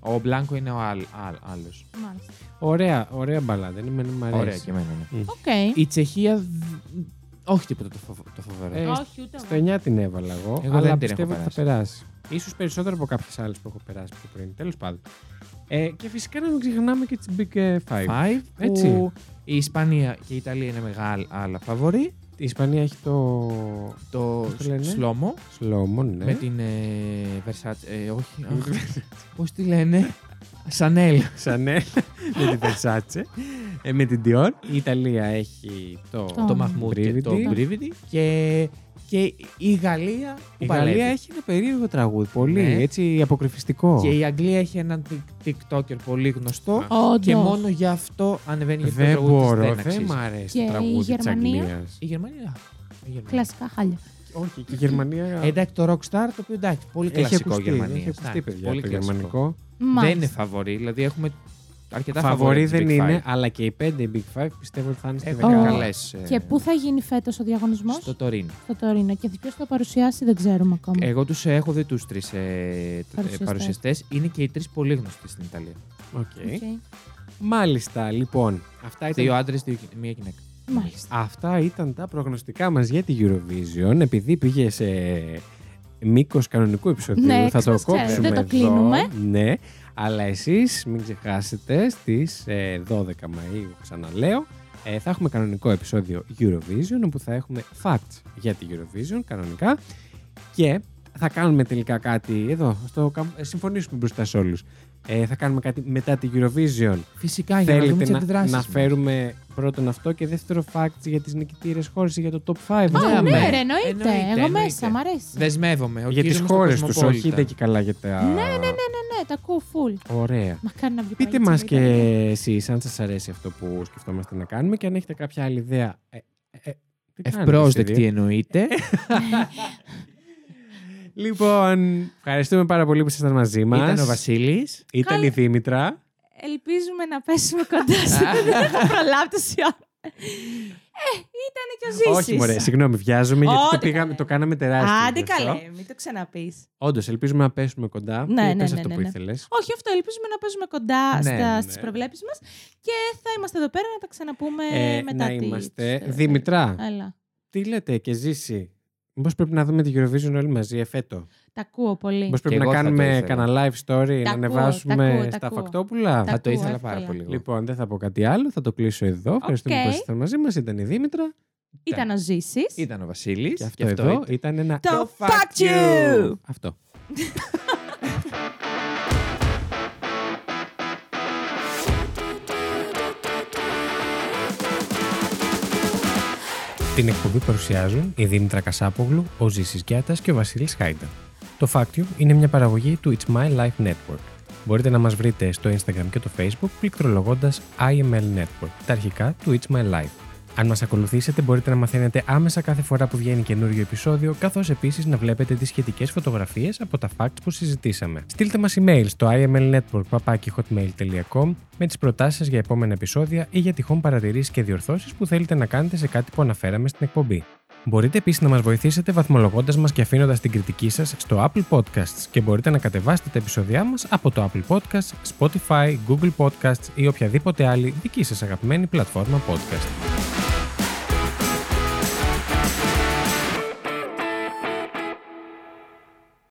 Speaker 3: Ο Μπλάνκο είναι ο άλλ, άλλ- άλλος.
Speaker 2: Μάλιστα.
Speaker 1: Ωραία, ωραία μπαλάντα. Είναι μ' αρέσει.
Speaker 3: Ωραία και εμένα, ναι.
Speaker 2: Οκ.
Speaker 3: Η Τσεχία. δ- Όχι τίποτα το, φοβ- το φοβερό.
Speaker 1: Ε,
Speaker 2: Όχι, ούτε
Speaker 1: Στο
Speaker 2: εγώ.
Speaker 1: 9 την έβαλα εγώ,
Speaker 3: Εγώ
Speaker 1: αλλά
Speaker 3: δεν την
Speaker 1: πιστεύω
Speaker 3: έχω
Speaker 1: ότι θα περάσει. Ίσως περισσότερο από κάποιες άλλες που έχω περάσει πιο πριν. Τέλος πάντων. Ε, και φυσικά να μην ξεχνάμε και τις Big ε, Five.
Speaker 3: Five, που
Speaker 1: έτσι.
Speaker 3: η Ισπανία και η Ιταλία είναι μεγάλα άλλα φαβορή.
Speaker 1: Η Ισπανία έχει το.
Speaker 3: Το
Speaker 1: Το λένε.
Speaker 3: Σλόμο.
Speaker 1: Σλόμο, ναι.
Speaker 3: Με την. ε, Versace. ε, όχι. Πώς τη λένε. Σανέλ.
Speaker 1: Chanel, με την Versace, ε, με την Dior. Η Ιταλία έχει το...
Speaker 2: Το-
Speaker 3: Το Μαχμούτ και το
Speaker 1: Brividi.
Speaker 3: Μπρίβιντι. Και, και η Γαλλία. που
Speaker 1: Η
Speaker 3: παλεύει.
Speaker 1: Γαλλία έχει ένα περίεργο τραγούδι, πολύ
Speaker 3: Ναι.
Speaker 1: έτσι αποκρυφιστικό.
Speaker 3: Και η Αγγλία έχει έναν tik- TikToker πολύ γνωστό.
Speaker 2: Όντως.
Speaker 3: Και μόνο γι' αυτό ανεβαίνει και το
Speaker 1: Δεν
Speaker 3: τραγούδι της,
Speaker 1: μπορώ,
Speaker 3: δεν
Speaker 1: δεν
Speaker 3: αξίζει.
Speaker 1: μ' αρέσει
Speaker 2: Και η
Speaker 1: το τραγούδι της
Speaker 2: Γερμανία?
Speaker 1: Αγγλίας.
Speaker 3: Η Γερμανία. Η Γερμανία.
Speaker 2: Κλασικά χάλια.
Speaker 1: Όχι, και η Γερμανία
Speaker 3: Ε, εντάξει, το Rockstar το οποίο εντάξει, πολύ
Speaker 1: έχει
Speaker 3: κλασικό
Speaker 1: ακουστεί,
Speaker 3: Γερμανία.
Speaker 1: έχει ακουστεί
Speaker 3: Εντάξει,
Speaker 1: παιδιά
Speaker 3: πολύ
Speaker 1: το
Speaker 3: κλασικό.
Speaker 1: γερμανικό.
Speaker 3: Δεν
Speaker 2: Μάλιστα.
Speaker 3: είναι φαβορή, δηλαδή έχουμε αρκετά
Speaker 1: Φαβορή
Speaker 3: φαβορή. της
Speaker 1: δεν
Speaker 3: Big
Speaker 1: είναι,
Speaker 3: Five. Ε,
Speaker 1: αλλά και οι πέντε οι Big Five πιστεύω ότι θα είναι στη
Speaker 3: Έχουν
Speaker 2: δεκάδα.
Speaker 1: δεκάδα.
Speaker 3: καλές,
Speaker 2: Και
Speaker 3: ε,
Speaker 2: πού θα γίνει φέτος ο διαγωνισμός,
Speaker 3: Στο Τωρίνο.
Speaker 2: στο Τωρίνο. Και ποιος θα το παρουσιάσει, δεν ξέρουμε ακόμα.
Speaker 1: Ε,
Speaker 3: Εγώ τους έχω δει τους τρεις ε,
Speaker 2: Παρουσιαστές.
Speaker 3: παρουσιαστές. Είναι και οι τρεις πολύ γνωστοί στην Ιταλία.
Speaker 1: Οκ.
Speaker 2: Οκ.
Speaker 1: Μάλιστα, λοιπόν, αυτά ήταν
Speaker 3: Δύο άντρες, δύο γυ- μία γυναίκα.
Speaker 2: Μάλιστα.
Speaker 1: Αυτά ήταν τα προγνωστικά μας για τη Eurovision. Επειδή πήγε σε μήκος κανονικού επεισοδίου,
Speaker 2: Ναι,
Speaker 1: θα το
Speaker 2: ξέρετε,
Speaker 1: κόψουμε
Speaker 2: δεν το
Speaker 1: εδώ.
Speaker 2: κλείνουμε.
Speaker 1: Ναι, αλλά εσείς μην ξεχάσετε στις ε, 12 Μαΐου, ξαναλέω, ε, θα έχουμε κανονικό επεισόδιο Eurovision, όπου θα έχουμε facts για τη Eurovision κανονικά και θα κάνουμε τελικά κάτι εδώ, στο, καμ- ε, συμφωνήσουμε μπροστά σε όλους. Ε, θα κάνουμε κάτι μετά τη Eurovision
Speaker 3: Φυσικά, για να δούμε τις
Speaker 1: Θέλετε να,
Speaker 3: αντιδράσεις
Speaker 1: να
Speaker 3: μας.
Speaker 1: φέρουμε πρώτον αυτό και δεύτερο facts για τις νικητήρες χώρες ή για το top 5.
Speaker 3: Α,
Speaker 2: Α,
Speaker 3: ναι,
Speaker 2: ναι, ρε,
Speaker 3: αμέ.
Speaker 2: εννοείται.
Speaker 3: Εννοείται,
Speaker 2: Εγώ
Speaker 3: εννοείται.
Speaker 2: μέσα, μ' αρέσει.
Speaker 3: Δεσμεύομαι. ο
Speaker 1: Για
Speaker 3: κύριος
Speaker 1: τις
Speaker 3: μας το
Speaker 1: χώρες τους,
Speaker 3: Κοσμοπόλιτα.
Speaker 1: όχι δεν και καλά για τα...
Speaker 2: Ναι, ναι, ναι, ναι, ναι, τα ακούω full.
Speaker 1: Ωραία.
Speaker 2: Μα κάνει να βγει
Speaker 1: Πείτε
Speaker 2: πάλι
Speaker 1: μας
Speaker 2: έτσι,
Speaker 1: και
Speaker 2: μην τα-
Speaker 1: εσείς αν σας αρέσει αυτό που σκεφτόμαστε να κάνουμε και αν έχετε κάποια άλλη ιδέα. Ε, ε, ε, τι κάνετε
Speaker 3: Ευπρόσδεκτη
Speaker 1: εσείς
Speaker 3: εννοείται.
Speaker 1: δύο? Λοιπόν, ευχαριστούμε πάρα πολύ που ήσασταν μαζί μας.
Speaker 3: Ήταν ο Βασίλης.
Speaker 1: Ήταν η
Speaker 2: Καλά.
Speaker 1: Δήμητρα.
Speaker 2: Ελπίζουμε να πέσουμε κοντά σε
Speaker 1: [LAUGHS]
Speaker 2: δεν θα προλάβετε σε όλα. Ε, ήταν και ο Ζήσης.
Speaker 1: Όχι, μωρέ, συγγνώμη, βιάζομαι γιατί
Speaker 2: Ό,τι
Speaker 1: το, πήγαμε,
Speaker 2: καλέ.
Speaker 1: το κάναμε τεράστιο.
Speaker 2: Άντε καλέ, μην το ξαναπείς.
Speaker 1: Όντως, ελπίζουμε να πέσουμε κοντά. Ε,
Speaker 2: Ναι,
Speaker 1: Πες
Speaker 2: ναι,
Speaker 1: αυτό
Speaker 2: ναι, ναι,
Speaker 1: που
Speaker 2: ναι.
Speaker 1: ήθελες.
Speaker 2: Όχι, αυτό ελπίζουμε να παίζουμε κοντά
Speaker 3: Ναι,
Speaker 2: στα,
Speaker 1: ναι.
Speaker 2: στις προβλέψεις μας και θα είμαστε εδώ πέρα να τα ξαναπούμε
Speaker 1: Ε,
Speaker 2: μετά
Speaker 1: να
Speaker 2: τις-
Speaker 1: είμαστε.
Speaker 2: ε,
Speaker 1: Δήμητρα,
Speaker 2: Έλα.
Speaker 1: τι λέτε και ζήσει. Μήπως πρέπει να δούμε τη Eurovision όλοι μαζί εφέτο.
Speaker 2: Τα ακούω πολύ.
Speaker 1: Μήπως πρέπει να
Speaker 3: εγώ θα το
Speaker 1: κάνουμε
Speaker 3: ήθελα.
Speaker 1: κανένα live story, να
Speaker 2: ακούω,
Speaker 1: ανεβάσουμε
Speaker 2: Ε. τα ακούω, τα
Speaker 1: στα
Speaker 2: ακούω.
Speaker 1: φακτόπουλα.
Speaker 2: Τα
Speaker 3: Θα το
Speaker 2: ακούω,
Speaker 3: ήθελα πάρα
Speaker 2: εύκολα.
Speaker 3: πολύ. εγώ.
Speaker 1: Λοιπόν, δεν θα πω κάτι άλλο, θα το κλείσω εδώ. Ευχαριστούμε που
Speaker 2: Οκ.
Speaker 1: ήσασταν μαζί μας. Ήταν η Δήμητρα
Speaker 2: Ήταν ο Ζήσης.
Speaker 3: Ήταν ο Βασίλης.
Speaker 1: και αυτό εδώ ήταν ένα...
Speaker 2: Το Fuck You!
Speaker 1: Αυτό. Την εκπομπή παρουσιάζουν η Δήμητρα Κασάπογλου, ο Ζήσης Γιάτας και ο Βασίλης Χάιντα. Το Factium είναι μια παραγωγή του It's My Life Network. Μπορείτε να μας βρείτε στο Instagram και το Facebook πληκτρολογώντας IML Network, τα αρχικά του It's My Life. Αν μας ακολουθήσετε μπορείτε να μαθαίνετε άμεσα κάθε φορά που βγαίνει καινούριο επεισόδιο, καθώς επίσης να βλέπετε τις σχετικές φωτογραφίες από τα facts που συζητήσαμε. Στείλτε μας email στο imlnetwork.hotmail.com με τις προτάσεις σας για επόμενα επεισόδια ή για τυχόν παρατηρήσεις και διορθώσεις που θέλετε να κάνετε σε κάτι που αναφέραμε στην εκπομπή. Μπορείτε επίσης να μας βοηθήσετε βαθμολογώντας μας και αφήνοντας την κριτική σας στο Apple Podcasts και μπορείτε να κατεβάσετε τα επεισόδια μας από το Apple Podcasts, Spotify, Google Podcasts ή οποιαδήποτε άλλη δική σας αγαπημένη πλατφόρμα podcast.